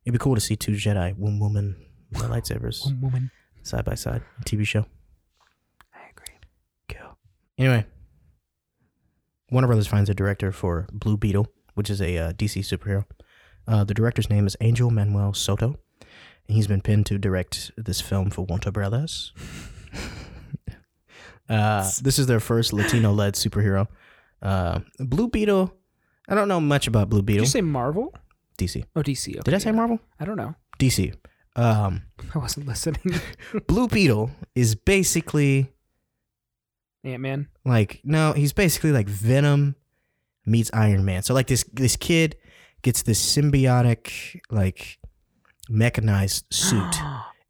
It'd be cool to see two Jedi, one woman, with lightsabers One woman. side by side. TV show. I agree. Cool. Anyway, Warner Brothers finds a director for Blue Beetle, which is a uh, DC superhero. Uh, the director's name is Angel Manuel Soto, and he's been pinned to direct this film for Warner Brothers. *laughs* uh, this is their first Latino-led superhero. Uh, Blue Beetle. I don't know much about Blue Did Beetle. you say Marvel? DC. Oh, DC. Okay, Did I say yeah. Marvel? I don't know. *laughs* DC. Um, I wasn't listening. *laughs* Blue Beetle is basically Ant Man. like no, he's basically like Venom meets Iron Man. So like this this kid gets this symbiotic like mechanized *gasps* suit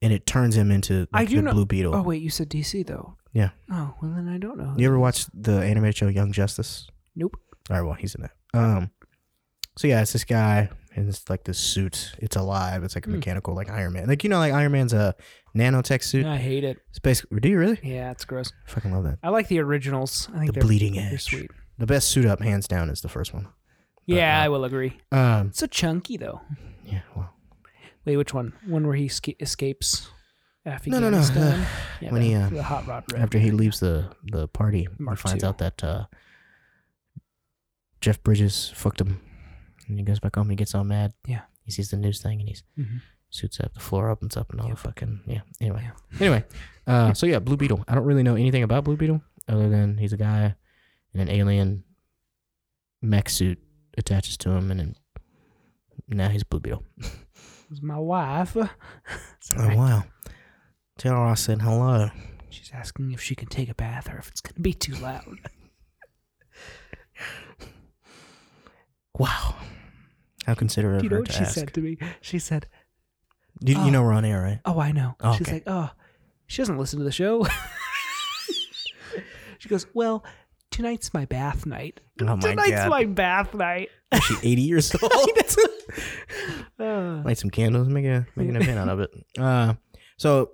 and it turns him into I like, do the know- Blue Beetle. oh wait, you said DC though. Yeah. Oh well, then I don't know. You ever watched the animated show Young Justice? Nope. All right, well, he's in that. Um, so yeah, it's this guy, and it's like this suit. It's alive. It's like a Hmm. mechanical, like Iron Man. Like you know, like Iron Man's a nanotech suit. I hate it. It's basically. Do you really? Yeah, it's gross. Fucking love that. I like the originals. I think The they're bleeding they're edge. sweet. The best suit up, hands down, is the first one. Yeah, uh, I will agree. Um, So chunky though. yeah. Well, Wait, which one? One where he sca- escapes No, no, no, Afghanistan? *laughs* the- yeah, when the, he, uh, the hot rod red. after he leaves the the party, Mark he finds two. out that uh, Jeff Bridges fucked him, and he goes back home. and He gets all mad. Yeah. He sees the news thing, and he's Mhm. suits up, the floor opens up, and all Yep. the fucking yeah. Anyway, anyway, uh, so yeah, Blue Beetle. I don't really know anything about Blue Beetle other than he's a guy in an alien mech suit attaches to him, and then now he's Blue Beetle. It was my wife. *laughs* Oh Sorry. wow! Tell her I said hello. She's asking if she can take a bath or if it's going to be too loud. Wow, how considerate of Do you know her what to she ask. said to me? She said, You, Oh. you know we're on air, right? Oh, I know. Oh, She's okay. like, Oh, she doesn't listen to the show. *laughs* she goes, Well, tonight's my bath night. Oh my tonight's god, my *laughs* bath night. *laughs* is she eighty years old? Uh, Light some candles, make a make an event out of it. Uh, so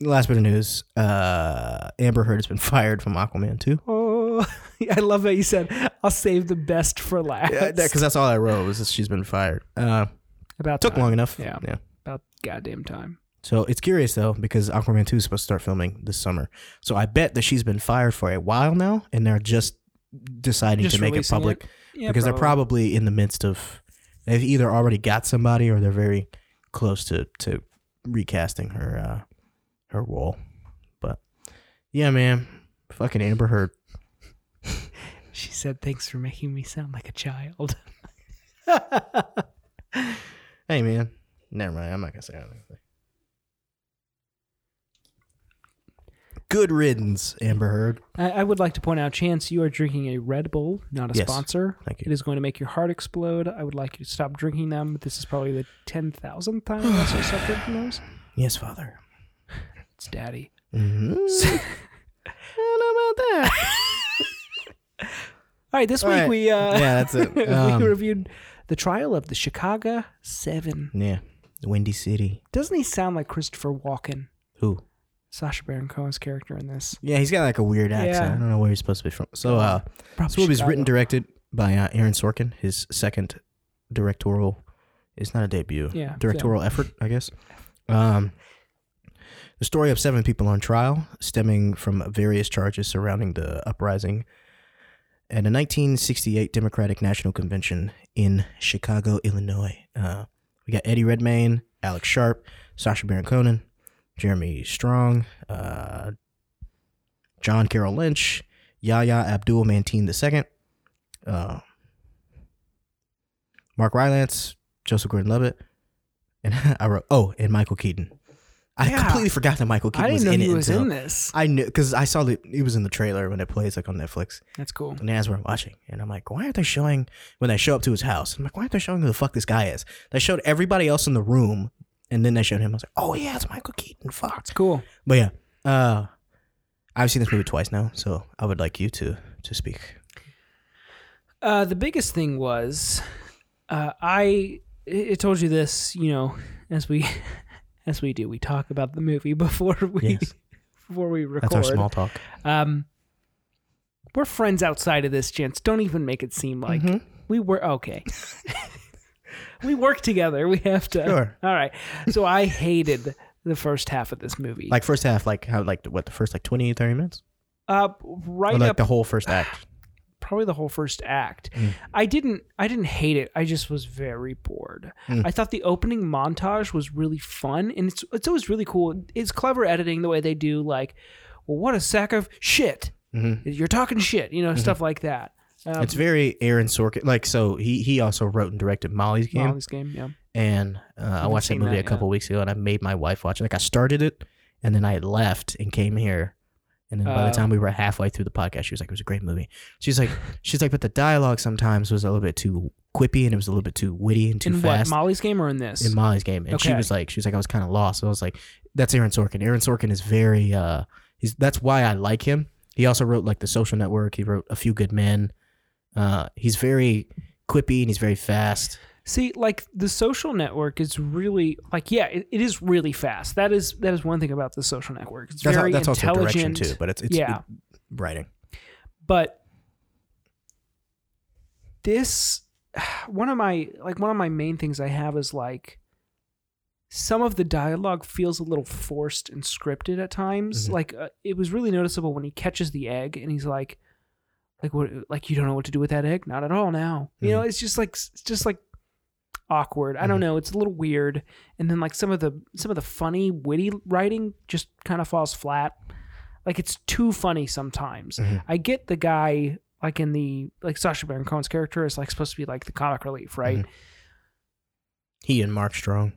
last bit of news: uh, Amber Heard has been fired from Aquaman two. oh, *laughs* I love how you said, I'll save the best for last. Because that's all I wrote was that she's been fired. Uh, about took time. long enough. Yeah. yeah. About goddamn time. So it's curious though because Aquaman two is supposed to start filming this summer. So I bet that she's been fired for a while now, and they're just deciding Just to make it releasing public. Yeah, because they're probably in the midst of they've either already got somebody or they're very close to to recasting her uh her role. But yeah, man, fucking Amber Heard She said, "Thanks for making me sound like a child." *laughs* Hey, man. Never mind. I'm not gonna say anything. Good riddance, Amber Heard. I, I would like to point out, Chance, you are drinking a Red Bull, not a Yes. sponsor. Thank It you. is going to make your heart explode. I would like you to stop drinking them. This is probably the ten *sighs* thousandth time I've also suffered from those. Yes, Father. It's Daddy. *laughs* Mm-hmm. I don't know about that. All right, this All week right. we uh, Yeah, that's it. Um, *laughs* we reviewed the trial of the Chicago Seven. yeah, Windy City. Doesn't he sound like Christopher Walken, Who? Sasha Baron Cohen's character in this? Yeah, he's got like a weird accent. Yeah. I don't know where he's supposed to be from. So, uh, Probably this movie's Chicago. written directed by uh, Aaron Sorkin. His second directorial. It's not a debut. Yeah, Directorial effort, I guess. Um, the story of seven people on trial, stemming from various charges surrounding the uprising at a 1968 Democratic National Convention in Chicago, Illinois. Uh, we got Eddie Redmayne, Alex Sharp, Sasha Baron Cohen, Jeremy Strong, uh, John Carroll Lynch, Yahya Abdul Mateen II, uh, Mark Rylance, Joseph Gordon Levitt, and *laughs* I wrote, oh, and Michael Keaton. I Yeah. completely forgot that Michael Keaton I was didn't know in he it was until in this. I knew because I saw that he was in the trailer when it plays like on Netflix, That's cool. and that's what I'm watching. And I'm like, why aren't they showing when they show up to his house? I'm like, why aren't they showing who the fuck this guy is? They showed everybody else in the room, and then they showed him. I was like, oh yeah, it's Michael Keaton. Fuck. It's cool. But yeah, uh, I've seen this movie twice now, so I would like you to to speak. Uh, the biggest thing was, uh, I it told you this, you know, as we *laughs* as we do, we talk about the movie *laughs* before we Yes. before we record. That's our small talk. um, we're friends outside of this, gents. Don't even make it seem like Mhm. we were okay. *laughs* we work together. We have to. Sure. All right. So I hated the first half of this movie. Like first half, like how like what the first like 20, 30 minutes, uh, or right like up the whole first *sighs* act. probably the whole first act. Mm. I didn't I didn't hate it. I just was very bored. Mm. I thought the opening montage was really fun and it's it's always really cool. It's clever editing the way they do like well what a sack of shit. hmm You're talking shit, you know, stuff like that. Um, Mm-hmm. It's very Aaron Sorkin. Like so, he he also wrote and directed Molly's Game. well, this game, yeah. and uh, I Haven't watched that seen movie that a couple weeks ago, and I made my wife watch it. Like I started it, and then I left and came here, and then by Uh, the time we were halfway through the podcast, she was like, "It was a great movie." She's *sighs* like, "She's like, but the dialogue sometimes was a little bit too quippy, and it was a little bit too witty and too In what? fast." Molly's game or in this? in Molly's game, and she Okay. was like, she was like, I was kind of lost. So I was like, that's Aaron Sorkin. Aaron Sorkin is very, uh, he's that's why I like him. He also wrote like The Social Network. He wrote A Few Good Men. Uh, he's very quippy and he's very fast. See, like the social network is really like yeah, it, it is really fast. That is that is one thing about the social network. It's That's, very that's also intelligent. direction too, but it's it's yeah. writing. but this *sighs* one of my like one of my main things i have is like some of the dialogue feels a little forced and scripted at times Mhm. like uh, it was really noticeable when he catches the egg and he's like like what like you don't know what to do with that egg not at all now you know it's just like it's just like awkward i don't Mhm. know it's a little weird and then like some of the some of the funny witty writing just kind of falls flat like it's too funny sometimes Mhm. i get the guy like in the like sasha baron cohen's character is like supposed to be like the comic relief right Mhm. He and Mark Strong.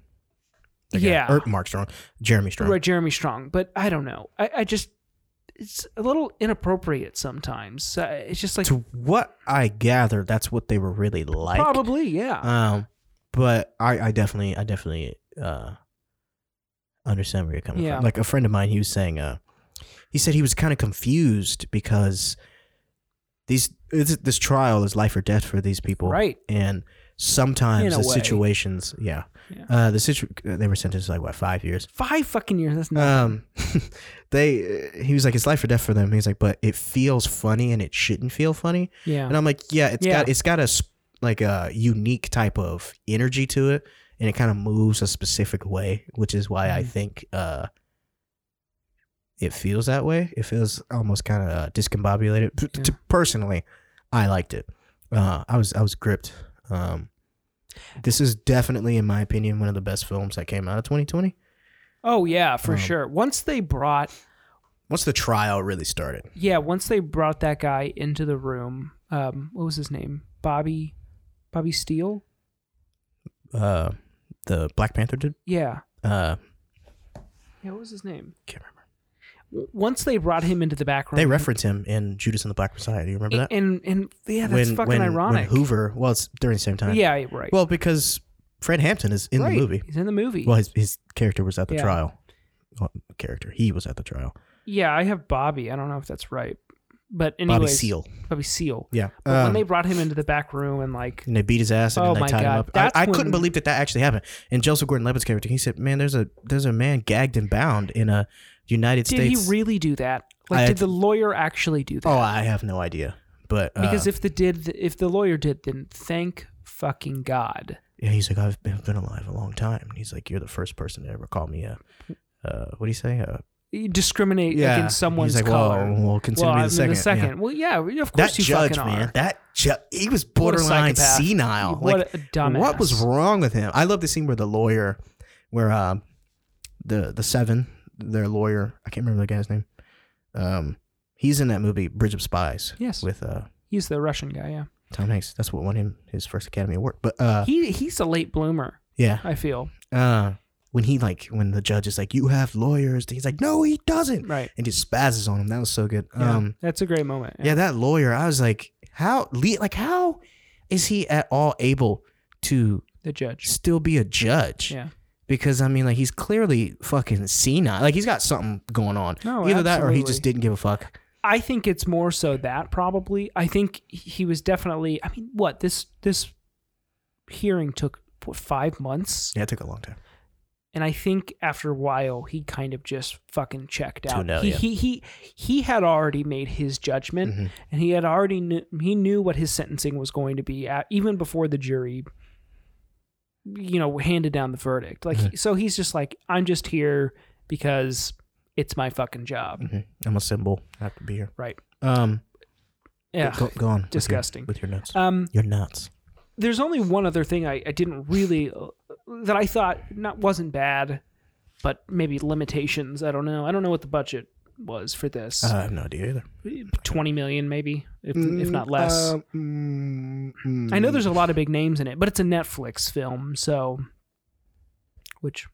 The guy- Yeah. or Mark Strong. Jeremy Strong. right jeremy strong but i don't know i, I just it's a little inappropriate sometimes uh, it's just like To what I gather, that's what they were really like. probably yeah Um, but I, I definitely, I definitely uh, understand where you're coming Yeah. from. Like a friend of mine, he was saying, uh, he said he was kind of confused because these this, this trial is life or death for these people, right And In sometimes a the way. situations, yeah, Yeah. Uh, the situ- they were sentenced to like what five years. five fucking years that's not Um, *laughs* they he was like it's life or death for them. He's like, but it feels funny and it shouldn't feel funny. yeah And I'm like, yeah, it's Yeah. got it's got a s- like a unique type of energy to it, and it kind of moves a specific way, which is why I Mhm. think uh, it feels that way. It feels almost kind of uh, discombobulated. P- Yeah. t- personally, I liked it. Uh, I was I was gripped. Um, this is definitely, in my opinion, one of the best films that came out of 2020. oh yeah for um, sure once they brought Once the trial really started, yeah once they brought that guy into the room um, what was his name? Bobby, Bobby Steele. Uh, the Black Panther did. Yeah, Uh, yeah. What was his name? can't remember. W- Once they brought him into the background, They reference him in Judas and the Black Messiah. Do you remember that? and and yeah, that's fucking when, ironic. When Hoover, well, it's during the same time. yeah, yeah, right. Well, because Fred Hampton is in Right. the movie. He's in the movie. Well, his his character was at the Yeah. trial. Well, character, he was at the trial. yeah, I have Bobby. I don't know if that's right, but anyways, Bobby Seal. Bobby Seal. Yeah. But when Um, they brought him into the back room and like, and they beat his ass and Oh then my they tied God, him up. I, that's I couldn't when- believe that that actually happened. And Joseph Gordon-Levitt's character, he said, "Man, there's a there's a man gagged and bound in a United did States." he really do that? Like, I- did the lawyer actually do that? oh, I have no idea. But uh, because if the did if the lawyer did, then thank fucking God. yeah, he's like, I've been, I've been alive a long time, and he's like, you're the first person to ever call me a. Uh, what do you say? Uh, You discriminate against someone's He's like, color. well, well, consider well, me I'm the second. in the second. Yeah. Well, yeah, of course That you judge, fucking man, are. that ju- he was What a borderline psychopath. senile. What like, a dumbass. What was wrong with him? I love the scene where the lawyer, where um, the the seven, their lawyer, I can't remember the guy's name. Um, he's in that movie Bridge of Spies. Yes. with uh He's the Russian guy. Yeah, Tom Hanks. That's what won him his first Academy Award. But uh, he he's a late bloomer. yeah, I feel uh, when he like when the judge is like, "You have lawyers," he's like, "No, he doesn't," right. and just spazzes on him. That was so good. Yeah, Um, that's a great moment. yeah, that lawyer, I was like, how, le- like, how is he at all able to the judge. still be a judge? Yeah. because I mean, like he's clearly fucking senile. Like he's got something going on. No, Either that, or he just absolutely. didn't give a fuck. I think it's more so that probably. I think he was definitely. I mean, what this this hearing took what five months, Yeah, it took a long time. and I think after a while he kind of just fucking checked out. Tuned out, he, yeah. he he he had already made his judgment, Mhm. and he had already knew, he knew what his sentencing was going to be at, even before the jury, you know, handed down the verdict. Like, Mhm. so he's just like, I'm just here because it's my fucking job. Mhm. I'm a symbol. I have to be here. Right. Um. Yeah. Go, go on. with your- Disgusting. With your, nuts. Um. You're nuts. there's only one other thing I, I didn't really that I thought not wasn't bad, but maybe limitations. I don't know. I don't know what the budget was for this. I have no idea either. Twenty million, maybe, if Mm, if not less. uh, um, I know there's a lot of big names in it, but it's a Netflix film, so which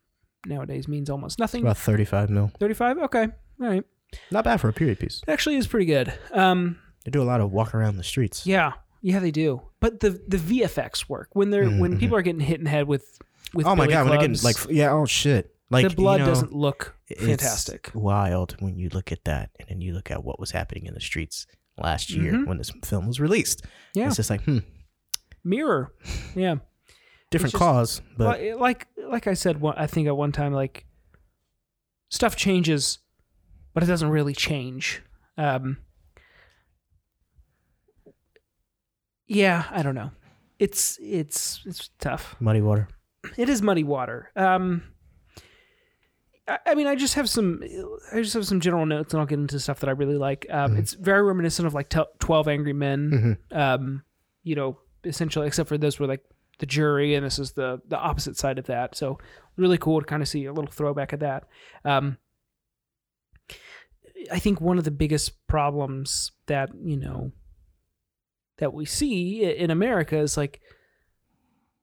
nowadays means almost nothing. about 35 mil. Thirty-five. Okay, all right. Not bad for a period piece. It actually is pretty good. Um, They do a lot of walk around the streets. yeah, yeah, they do. But the the VFX work when they're when people are getting hit in the head with with Mm-hmm. oh my billy god, when they're clubs, getting like f- yeah, oh shit. Like the blood you know, doesn't look it's fantastic. Wild when you look at that, and then you look at what was happening in the streets last year Mhm. when this film was released. Yeah. it's just like hmm, Mirror, yeah. different just- cause, but Li- like like I said, one, I think at one time like stuff changes, but it doesn't really change. Um, yeah, I don't know. It's it's it's tough. muddy water. It is muddy water. Um, I, I mean, I just have some I just have some general notes, and I'll get into stuff that I really like. Um, It's very reminiscent of like t- Twelve Angry Men. um, you know, essentially, except for this, were like the jury, and this is the the opposite side of that. So really cool to kind of see a little throwback of that. Um, I think one of the biggest problems that you know that we see i- in America is like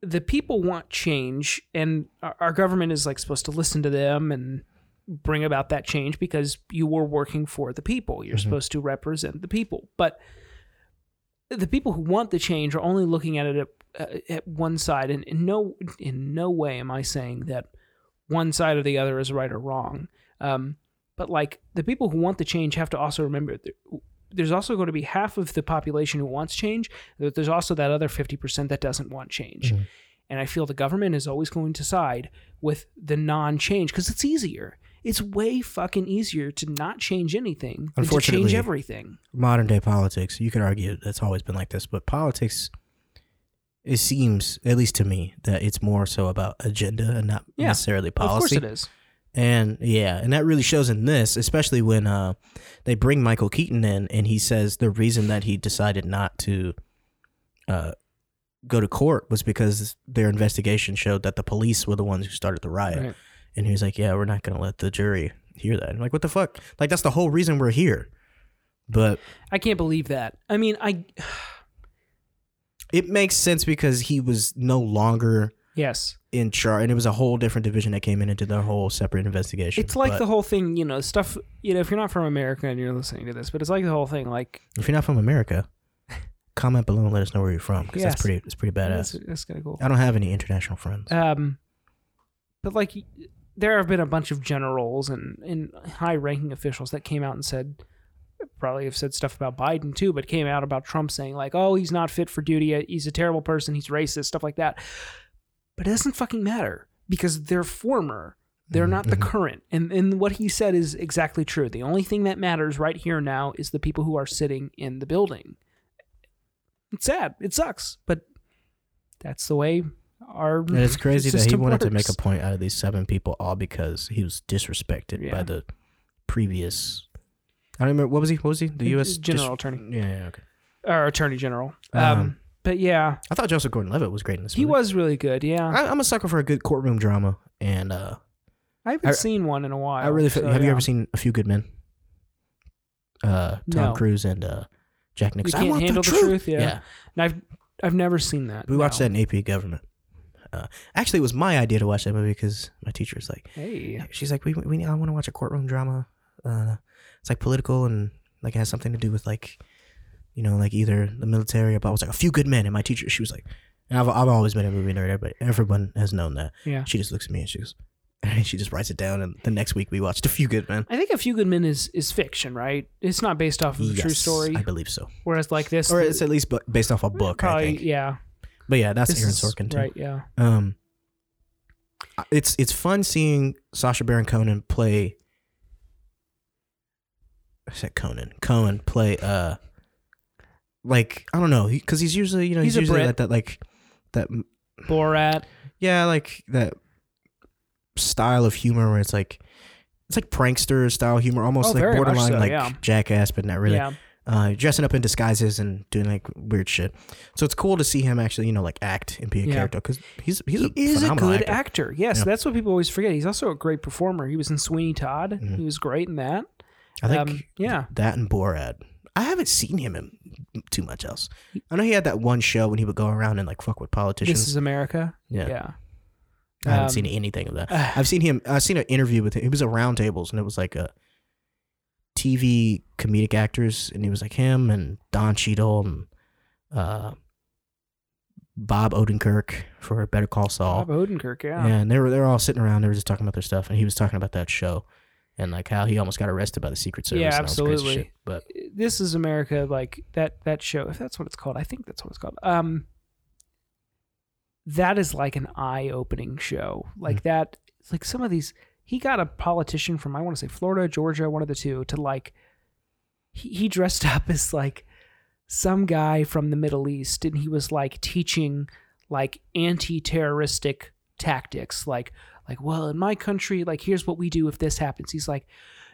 the people want change, and our, our government is like supposed to listen to them and bring about that change because you were working for the people. You're Mhm. supposed to represent the people, but the people who want the change are only looking at it at, uh, at one side, and in no in no way am I saying that one side or the other is right or wrong. Um, but like the people who want the change have to also remember th- there's also going to be half of the population who wants change. but There's also that other 50% that doesn't want change. Mhm. And I feel the government is always going to side with the non change because it's easier. It's way fucking easier to not change anything than to change Unfortunately, everything. modern day politics, you could argue that's always been like this, but politics, it seems, at least to me, that it's more so about agenda and not Yeah. necessarily Of course policy. it is. And yeah, and that really shows in this, especially when uh, they bring Michael Keaton in and he says the reason that he decided not to uh, go to court was because their investigation showed that the police were the ones who started the riot. Right. And he was like, yeah, we're not going to let the jury hear that. I'm like, what the fuck? Like, that's the whole reason we're here. But I can't believe that. I mean, I it makes sense because he was no longer Yes. in charge, and it was a whole different division that came in and did their whole separate investigation. It's like But the whole thing, you know, stuff, you know, if you're not from America and you're listening to this, but it's like the whole thing, like, if you're not from America, comment below and let us know where you're from because Yes. that's pretty. It's pretty that's, badass. that's kind of cool. I don't have any international friends. Um, but like, there have been a bunch of generals and, and high ranking officials that came out and said, probably have said stuff about Biden too, but came out about Trump saying, like, oh, he's not fit for duty. Uh, He's a terrible person. He's racist, stuff like that. But it doesn't fucking matter because they're former. They're not the Mhm. current. And, and what he said is exactly true. The only thing that matters right here now is the people who are sitting in the building. It's sad. It sucks. But that's the way our. And it's crazy that he system wanted to make works. a point out of these seven people all because he was disrespected Yeah. by the previous. I don't remember what was he. What was he? The U.S. dis- general attorney yeah, yeah, okay. or attorney general. Um, Um, but yeah, I thought Joseph Gordon-Levitt was great in this. he movie. was uh, really good. Yeah, I, I'm a sucker for a good courtroom drama, and uh, I, haven't I- seen one in a while. I really feel, so have you yeah. ever seen A Few Good Men? Uh, Tom No. Cruise and uh, Jack You Nicholson. can't I want handle the truth. Yeah, And I've I've never seen that. we watched no. that in AP Government. Uh, actually, it was my idea to watch that movie because my teacher was like, Hey, she's like, we, we I want to watch a courtroom drama. Uh, it's like political and like it has something to do with like, you know, like either the military. But I was like, a few good men. And my teacher, she was like, and I've I've always been a movie nerd, but everyone has known that. yeah. She just looks at me and she goes, *laughs* and she just writes it down. And the next week we watched a few good men. I think A Few Good Men is is fiction, right? It's not based off of a true Yes, story. I believe so, Whereas like this, or it's at least bu- based off a book. probably I think. yeah. But yeah, that's This Aaron is- Sorkin too. right? Yeah, Um, I- it's it's fun seeing Sasha Baron Cohen play. I said Conan. Cohen play. Uh, like I don't know, because he's usually you know he's, He's a usually Brit. like that like that Borat. yeah like that style of humor where it's like it's like prankster style humor, almost Oh, like very much borderline so, like yeah. jackass, but not really Yeah, uh, dressing up in disguises and doing like weird shit. So it's cool to see him actually, you know, like act and be a Yeah. character because he's he's a he is a phenomenal good actor. actor. Yes, Yeah. that's what people always forget. He's also a great performer. He was in Sweeney Todd. He was great in that. Mm-hmm. I think um, yeah. that and Borat. I haven't seen him in too much else. I know he had that one show when he would go around and like fuck with politicians. This is America. yeah. Yeah. I haven't um, seen anything of *sighs* that. I've seen him. I've seen an interview with him. It was a round tables and it was like a TV comedic actors, and it was like him and Don Cheadle and uh, Bob Odenkirk for Better Call Saul. Bob Odenkirk. Yeah. Yeah, and they were they were all sitting around. They were just talking about their stuff, and he was talking about that show, and like how he almost got arrested by the Secret Service. and Yeah, all this crazy absolutely. shit. But This is America. Like that. That show. If that's what it's called, I think that's what it's called. Um. That is like an eye-opening show. Like that. it's Like some of these. He got a politician from I want to say Florida, Georgia, one of the two, to like. He he dressed *laughs* up as like some guy from the Middle East, and he was like teaching like anti-terroristic tactics, like like well in my country, like here's what we do if this happens. He's like,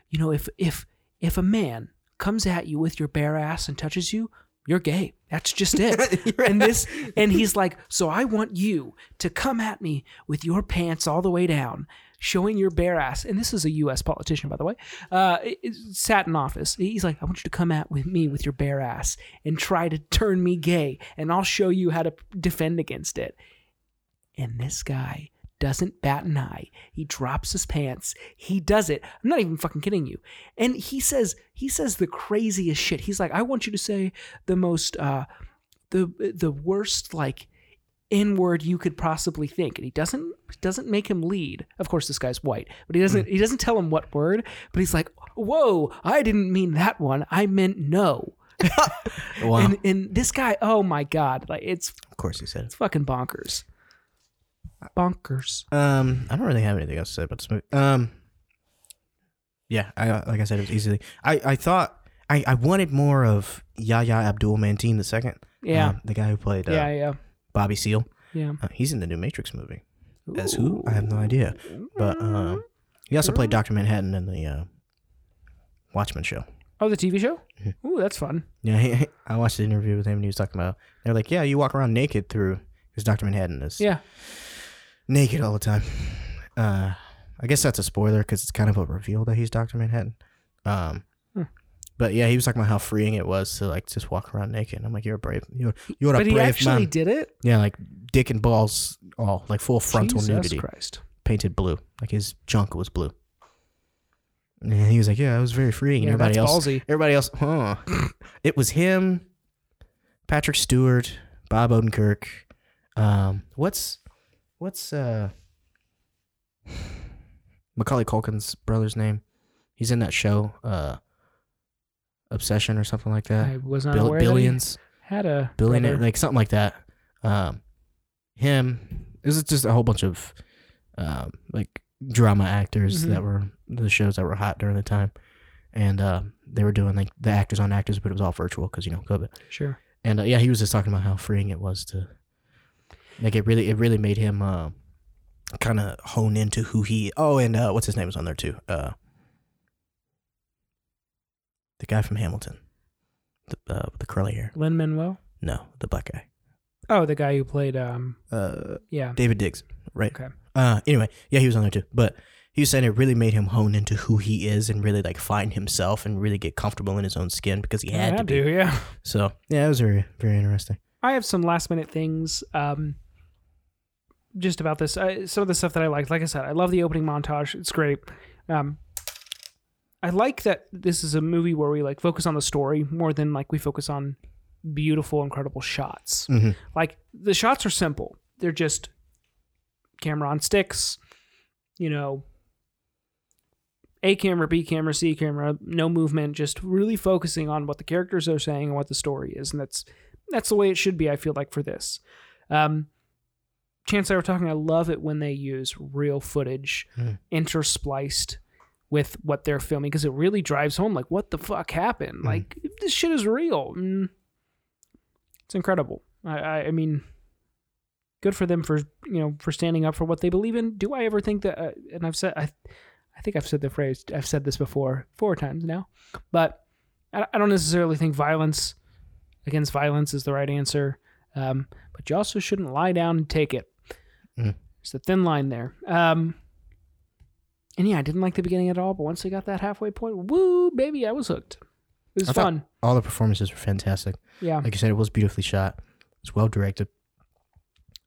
you know, if if if a man comes at you with your bare ass and touches you, you're gay. That's just *laughs* it. and this and he's like, so I want you to come at me with your pants all the way down, showing your bare ass. And this is a U.S. politician, by the way. Uh, it- it sat in office. He's like, I want you to come at with me with your bare ass and try to turn me gay, and I'll show you how to defend against it. And this guy doesn't bat an eye. He drops his pants. He does it. I'm not even fucking kidding you. And he says he says the craziest shit. He's like, I want you to say the most uh the the worst like N word you could possibly think. And he doesn't doesn't make him lead. Of course this guy's white, but he Hmm. doesn't he doesn't tell him what word, but he's like, Whoa, I didn't mean that one. I meant no. wow, And and this guy, oh my god, like it's of course he said. it's fucking bonkers. Bonkers. It. Um, I don't really have anything else to say about this movie. Um, yeah, I like I said, it was easily. I I thought I I wanted more of Yahya Abdul Mateen the second. Yeah. um, the guy who played uh, yeah, yeah. Bobby Seal. Yeah. Uh, he's in the new Matrix movie. As who? I have no idea. But Mm-hmm. uh, he also played Doctor Manhattan in the uh, Watchmen show. Oh, the TV show? Ooh, that's fun. Yeah, *laughs* he, I watched an interview with him, and he was talking about they're like, yeah, you walk around naked through because Doctor Manhattan is Yeah. naked all the time. Hmm. Uh, I guess that's a spoiler because it's kind of a reveal that he's Doctor Manhattan. Um, But yeah, he was talking about how freeing it was to like just walk around naked. And I'm like, you're a brave, you're you're a but he brave actually man. did it. Yeah, like dick and balls, all like full frontal Jesus nudity, Christ. painted blue. Like his junk was blue. And he was like, yeah, it was very freeing. And Yeah, everybody that's else, ballsy. everybody else, huh? *clears throat* it was him, Patrick Stewart, Bob Odenkirk. Um, what's what's uh *sighs* Macaulay Culkin's brother's name? He's in that show, uh, Obsession or something like that. I was not Bill- aware that uh, he billions, had a billionaire, brother. like something like that. Um, him. This is just a whole bunch of um, like drama actors Mhm. that were the shows that were hot during the time, and uh, they were doing like the actors on actors, but it was all virtual because you know COVID. Sure. And uh, yeah, he was just talking about how freeing it was to like it really it really made him uh, kind of hone into who he. Oh, and uh, what's his name was on there too. Uh, the guy from Hamilton, the uh, with the curly hair. Lin Manuel. No, the black guy. Oh, the guy who played. Um. Uh, Yeah. David Diggs, right? Okay. Uh, anyway, yeah, he was on there too. But he was saying it really made him hone into who he is and really like find himself and really get comfortable in his own skin because he had Oh, yeah, to I be. do. Yeah. *laughs* So yeah, it was very very interesting. I have some last minute things um, just about this. I, some of the stuff that I liked. Like I said, I love the opening montage. It's great. Um, I like that this is a movie where we like focus on the story more than like we focus on beautiful, incredible shots. Mhm. Like the shots are simple. They're just camera on sticks, you know, A camera, B camera, C camera, no movement, just really focusing on what the characters are saying and what the story is. And that's that's the way it should be, I feel like, for this. Um Chance and I were talking, I love it when they use real footage Mm. interspliced with what they're filming because it really drives home like what the fuck happened? Mm. Like this shit is real. Mm. It's incredible. I, I I mean good for them for you know for standing up for what they believe in. Do I ever think that? Uh, and I've said I, I think I've said the phrase. I've said this before four times now, but I, I don't necessarily think violence against violence is the right answer. Um, but you also shouldn't lie down and take it. Mm. It's the thin line there. Um, and yeah, I didn't like the beginning at all, but once I got that halfway point, woo, baby, I was hooked. It was I thought- fun. All the performances were fantastic. yeah. Like you said, it was beautifully shot. It was well directed.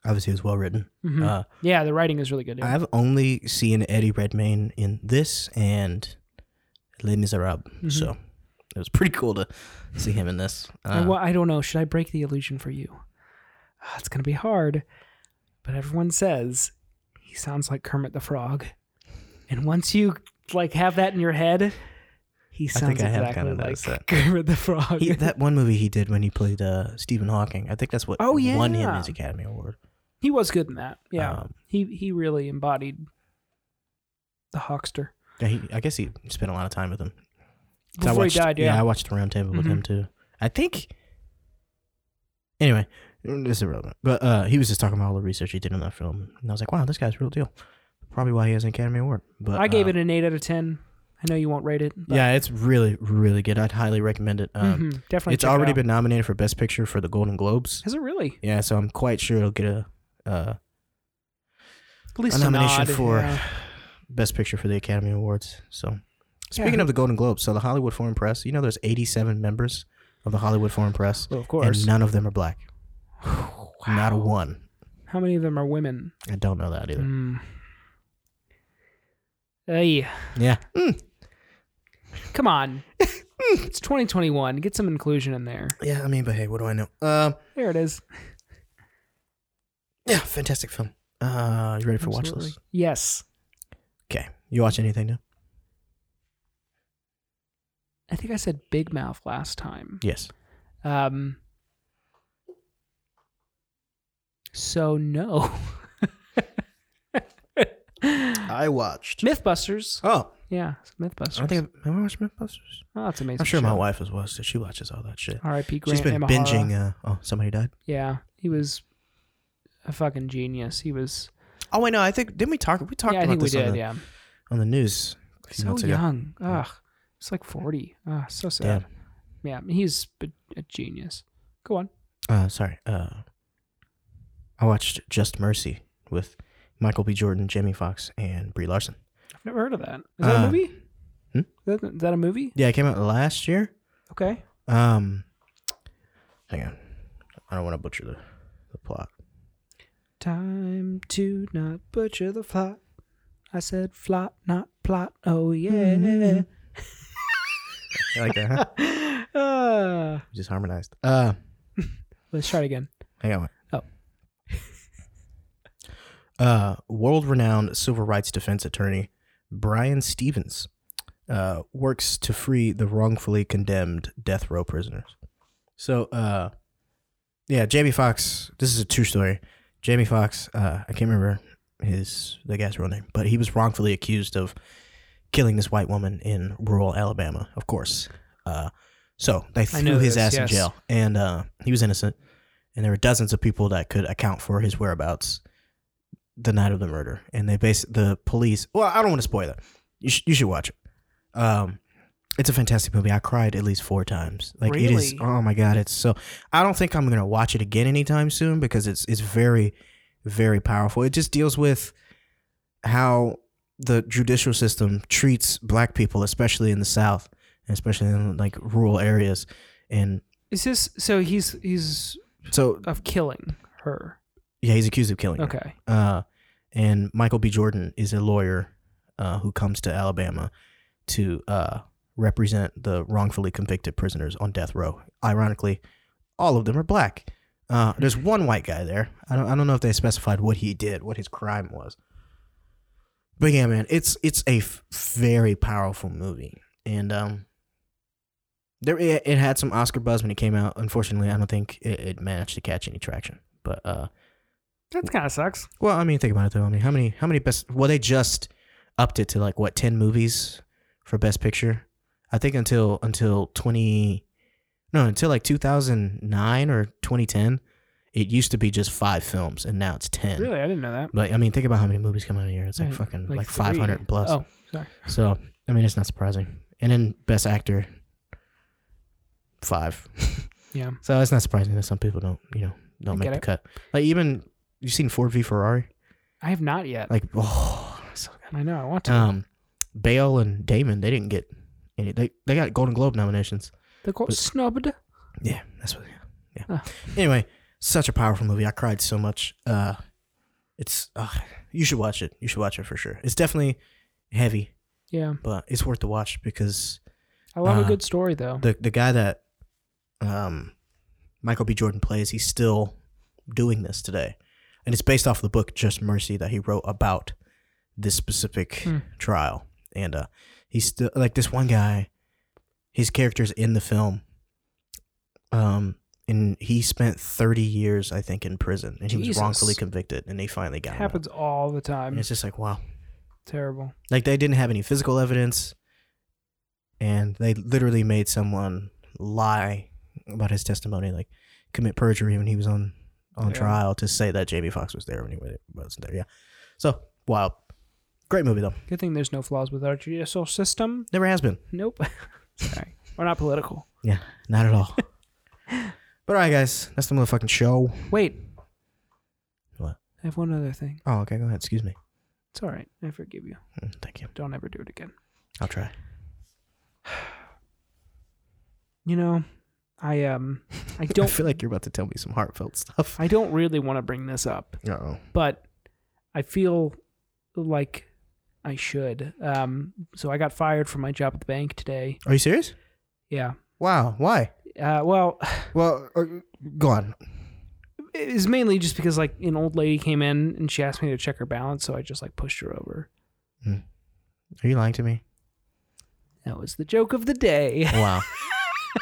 Obviously, it was well written. Mhm. Uh, yeah, the writing is really good. Yeah. I've only seen Eddie Redmayne in this and Les Miserables, Mhm. so it was pretty cool to see him in this. I, Uh, well, I don't know. Should I break the illusion for you? Ah, It's going to be hard, but everyone says he sounds like Kermit the Frog. And once you like have that in your head, he think sounds I have exactly kinda like noticed that. Kermit the Frog. *laughs* He, that one movie he did when he played uh, Stephen Hawking, I think that's what Oh, won him yeah. his Academy Award. He was good in that. Yeah. Um, he he really embodied the Hawkster. yeah, he, I guess he spent a lot of time with him. 'Cause I Before watched- he died, yeah. Mm-hmm. I watched the roundtable with him too. I think. Anyway, this is irrelevant. But uh, he was just talking about all the research he did on that film, and I was like, "Wow, this guy's real deal." Probably why he has an Academy Award. But I gave uh, it an 8 out of 10. I know you won't rate it. but- Yeah, it's really, really good. I'd highly recommend it. Um, Mhm. Definitely. It's check it already out. been nominated for Best Picture for the Golden *laughs* Globes. Is it really? Yeah, so I'm quite sure it'll get a uh, At least a nomination nod, for yeah. Best Picture for the Academy Awards. So, speaking Yeah. of the Golden Globes, so the Hollywood Foreign Press, you know, there's 87 members of the Hollywood Foreign Press, Well, of and course. none of them are black. Not a Wow. one. How many of them are women? I don't know that either. Mm. Ay, Yeah. Mm. Uh, *laughs* come on. it's 2021. Get some inclusion in there. Yeah, I mean, but hey, what do I know? Um, There it is. yeah, fantastic film. Uh, you ready for watch list? Yes. Okay. You watch anything now? I think I said Big Mouth last time. Yes. Um, so, no. *laughs* I watched. Mythbusters. Oh, Yeah, it's I Mythbusters. don't think I've, have I watched Mythbusters? oh, that's amazing. I'm sure my show. wife has watched it. She watches all that shit. R.I.P. Grant She's been Imahara. binging. Uh, oh, somebody died. Yeah, he was a fucking genius. He was. Oh, wait, no. I think didn't we talk? We talked yeah, I about think we this did. on, the, yeah. on the news. a few so months ago. young. Ugh, it's like forty. Ugh, so sad. Damn. Yeah, he's a, a genius. Go on. Uh, sorry. Uh, I watched Just Mercy with Michael B. Jordan, Jamie Foxx, and Brie Larson. I've never heard of that. Is that a Uh, movie? hmm? Is, that, is that a movie? Yeah, it came out last year. Okay. Um, hang on. I don't want to butcher the, the plot. Time to not butcher the plot. I said flop, not plot. Oh yeah. Mm-hmm. You like that, huh? Uh, We just harmonized. Uh, let's try it again. hang on. Oh. *laughs* uh, world-renowned civil rights defense attorney Brian Stevens uh, works to free the wrongfully condemned death row prisoners. So, uh, yeah, Jamie Foxx. This is a true story. Jamie Foxx. Uh, I can't remember his the guy's real name, but he was wrongfully accused of killing this white woman in rural Alabama. Of course. Uh, so they I threw know his this, ass in yes. jail, and uh, he was innocent. And there were dozens of people that could account for his whereabouts the night of the murder, and they base the police. Well, I don't want to spoil it. You sh- you should watch it. Um, it's a fantastic movie. I cried at least four times. Like it is. Really? Oh my god, it's so. I don't think I'm gonna watch it again anytime soon because it's it's very, very powerful. It just deals with how the judicial system treats black people, especially in the South, and especially in like rural areas. And Is this so? He's he's so, of killing her. yeah, he's accused of killing. her. Okay. Uh, and Michael B. Jordan is a lawyer uh, who comes to Alabama to uh, represent the wrongfully convicted prisoners on death row. Ironically, all of them are black. Uh, there's one white guy there. I don't, I don't know if they specified what he did, what his crime was. But yeah, man, it's it's a f- very powerful movie, and um, there it, it had some Oscar buzz when it came out. Unfortunately, I don't think it, it managed to catch any traction. But uh, That kind of sucks. well, I mean, think about it though. I mean, how many how many best? Well, they just upped it to like what ten movies for Best Picture. I think until until twenty, no, until like two thousand nine or twenty ten, it used to be just five films, and now it's ten. Really, I didn't know that. But I mean, think about how many movies come out a year. It's like Right, fucking like, like three. five hundred plus. Oh, sorry. So I mean, it's not surprising. And then Best Actor, five. *laughs* Yeah. So it's not surprising that some people don't you know don't I make get the it. cut. Like even you seen Ford v Ferrari? I have not yet. Like *sighs* oh, so good. I know. I want to. Um, Bale and Damon, they didn't get any. They they got Golden Globe nominations. They got but- snubbed. Yeah, that's what. Yeah. yeah. Huh. Anyway, such a powerful movie. I cried so much. Uh, it's uh, you should watch it. You should watch it for sure. It's definitely heavy, Yeah, but it's worth the watch because I love Uh, a good story though. the the guy that um Michael B. Jordan plays, he's still doing this today, and it's based off the book Just Mercy that he wrote about this specific Hmm. trial. And uh, he's still like this one guy. His character's in the film, um, and he spent thirty years, I think, in prison, and he was Jesus. wrongfully convicted, and they finally got It him. out. happens all the time. And it's just like wow, terrible. like they didn't have any physical evidence, and they literally made someone lie about his testimony, like commit perjury when he was on on Yeah. trial to say that Jamie Foxx was there when he wasn't there. Yeah, so wild, great movie though. Good thing there's no flaws with our judicial system. Never has been. Nope. *laughs* sorry, we're not political. Yeah, not at *laughs* all. but all right, guys, that's the motherfucking show. Wait. What? I have one other thing. Oh, okay, go ahead. Excuse me. It's all right. I forgive you. Mm, Thank you. Don't ever do it again. I'll try. You know, I *laughs* um, I I don't, feel like you're about to tell me some heartfelt stuff. I don't really want to bring this up, Uh oh. but I feel like I should. Um, so I got fired from my job at the bank today. Are you serious? Yeah. Wow. Why? Uh, well, Well, uh, go on. is mainly just because like an old lady came in and she asked me to check her balance, so I just like pushed her over. Are you lying to me? That was the joke of the day. *laughs* Wow.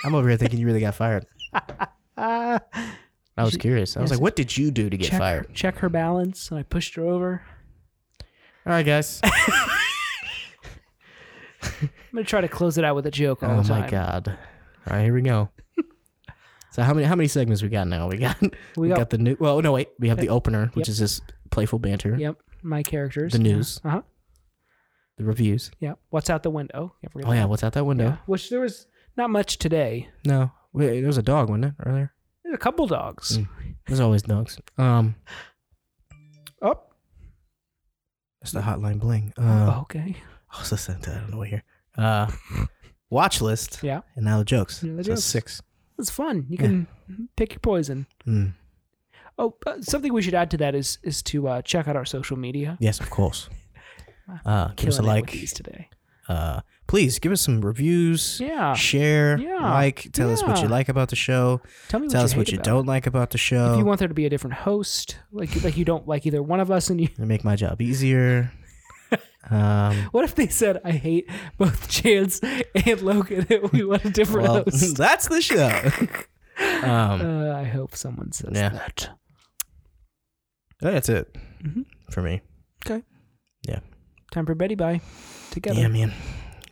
I'm over here thinking you really got fired. Uh, I was curious. I was Yes. like, what did you do to get check, fired? check her balance, and I pushed her over. All right, *laughs* guys. I'm gonna try to close it out with a joke all oh the time. my god. All right, here we go. So how many how many segments we got now? We got we, We got, got, the new. Well, no wait, we have the opener, which is this playful banter, yep my characters. The news. Uh huh. the reviews. Yeah. What's out the window? Can't forget Oh yeah, that. what's out that window? Yeah. Which there was not much today. No, wait, there was a dog, wasn't it earlier? There's a couple dogs. Mm. There's always dogs. Um, Oh. that's the hotline bling. Uh, okay. *laughs* *laughs* oh, so sent that. I don't know what here. Uh, watch list, Yeah. and now the jokes. And the so jokes. six. It's fun. You can pick your poison. Mm. Oh, uh, something we should add to that is is to uh, check out our social media. Yes, of *laughs* course. Uh, give us a Killing it with like. these today. Uh, please give us some reviews. Yeah. Share. Yeah. Like. Tell us what you Yeah. like about the show. Tell me what Tell you us hate what you about it. don't like about the show. If you want there to be a different host, like like you don't like either one of us, and you, *laughs* They make my job easier. um, what if they said I hate both *laughs* Chance and Logan, and we want a different well, *laughs* host? that's the *laughs* show. um, Uh, I hope someone says Yeah. that. that's it Mhm. for me. Time for Betty bye. Together. Yeah, man.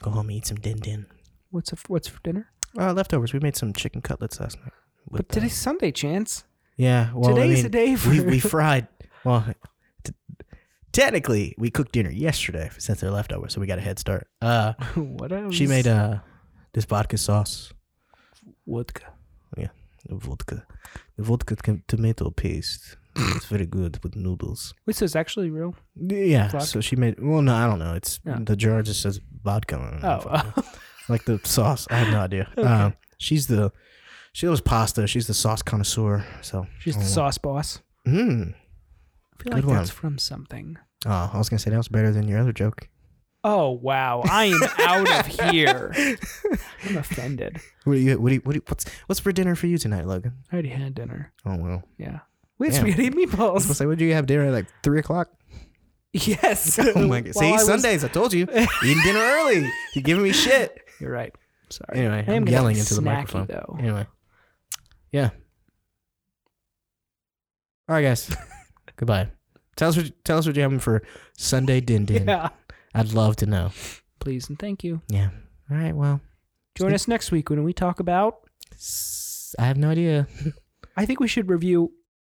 Go home and eat some din din. What's a, what's for dinner? Uh, leftovers. We made some chicken cutlets last night. with, But uh, today's Sunday, Chance. yeah. Well, I today's mean, a day for we, we fried. Well, t- technically, we cooked dinner yesterday since they're leftovers, so we got a head start. Uh, *laughs* what else? she made uh, this vodka sauce, vodka. vodka, vodka com- tomato paste. it's very good with noodles. Wait, so it's actually real? Yeah. Vodka? So she made. Well, no, I don't know. It's Yeah. the jar just says vodka on it. Oh, *laughs* like the sauce. I have no *laughs* idea. Um, she's the. She loves pasta. She's the sauce connoisseur. So. she's the Oh. sauce boss. Mm. I feel Good like that's one. from something. Oh, I was gonna say that was better than your other joke. Oh wow! I am out of *laughs* here. I'm offended. What do you? What do you? What do you what's What's for dinner for you tonight, Logan? I already had dinner. Oh *laughs* well. Yeah. We had Yeah. spaghetti I and was gonna meatballs. say, would you have dinner at like three o'clock? Yes. *laughs* Oh my god! While I See, was- Sundays. I told *laughs* you, eating dinner early. You're giving me shit. You're right. *laughs* Sorry. Anyway, I am I'm gonna be yelling into the snacky, microphone. though. Anyway, yeah. All right, *laughs* guys. Goodbye. Tell us what tell us what you're having for Sunday din din. Yeah. I'd love to know. Please and thank you. Yeah. All right. Well, Join us next week when we talk about. s- I have no idea. I think we should review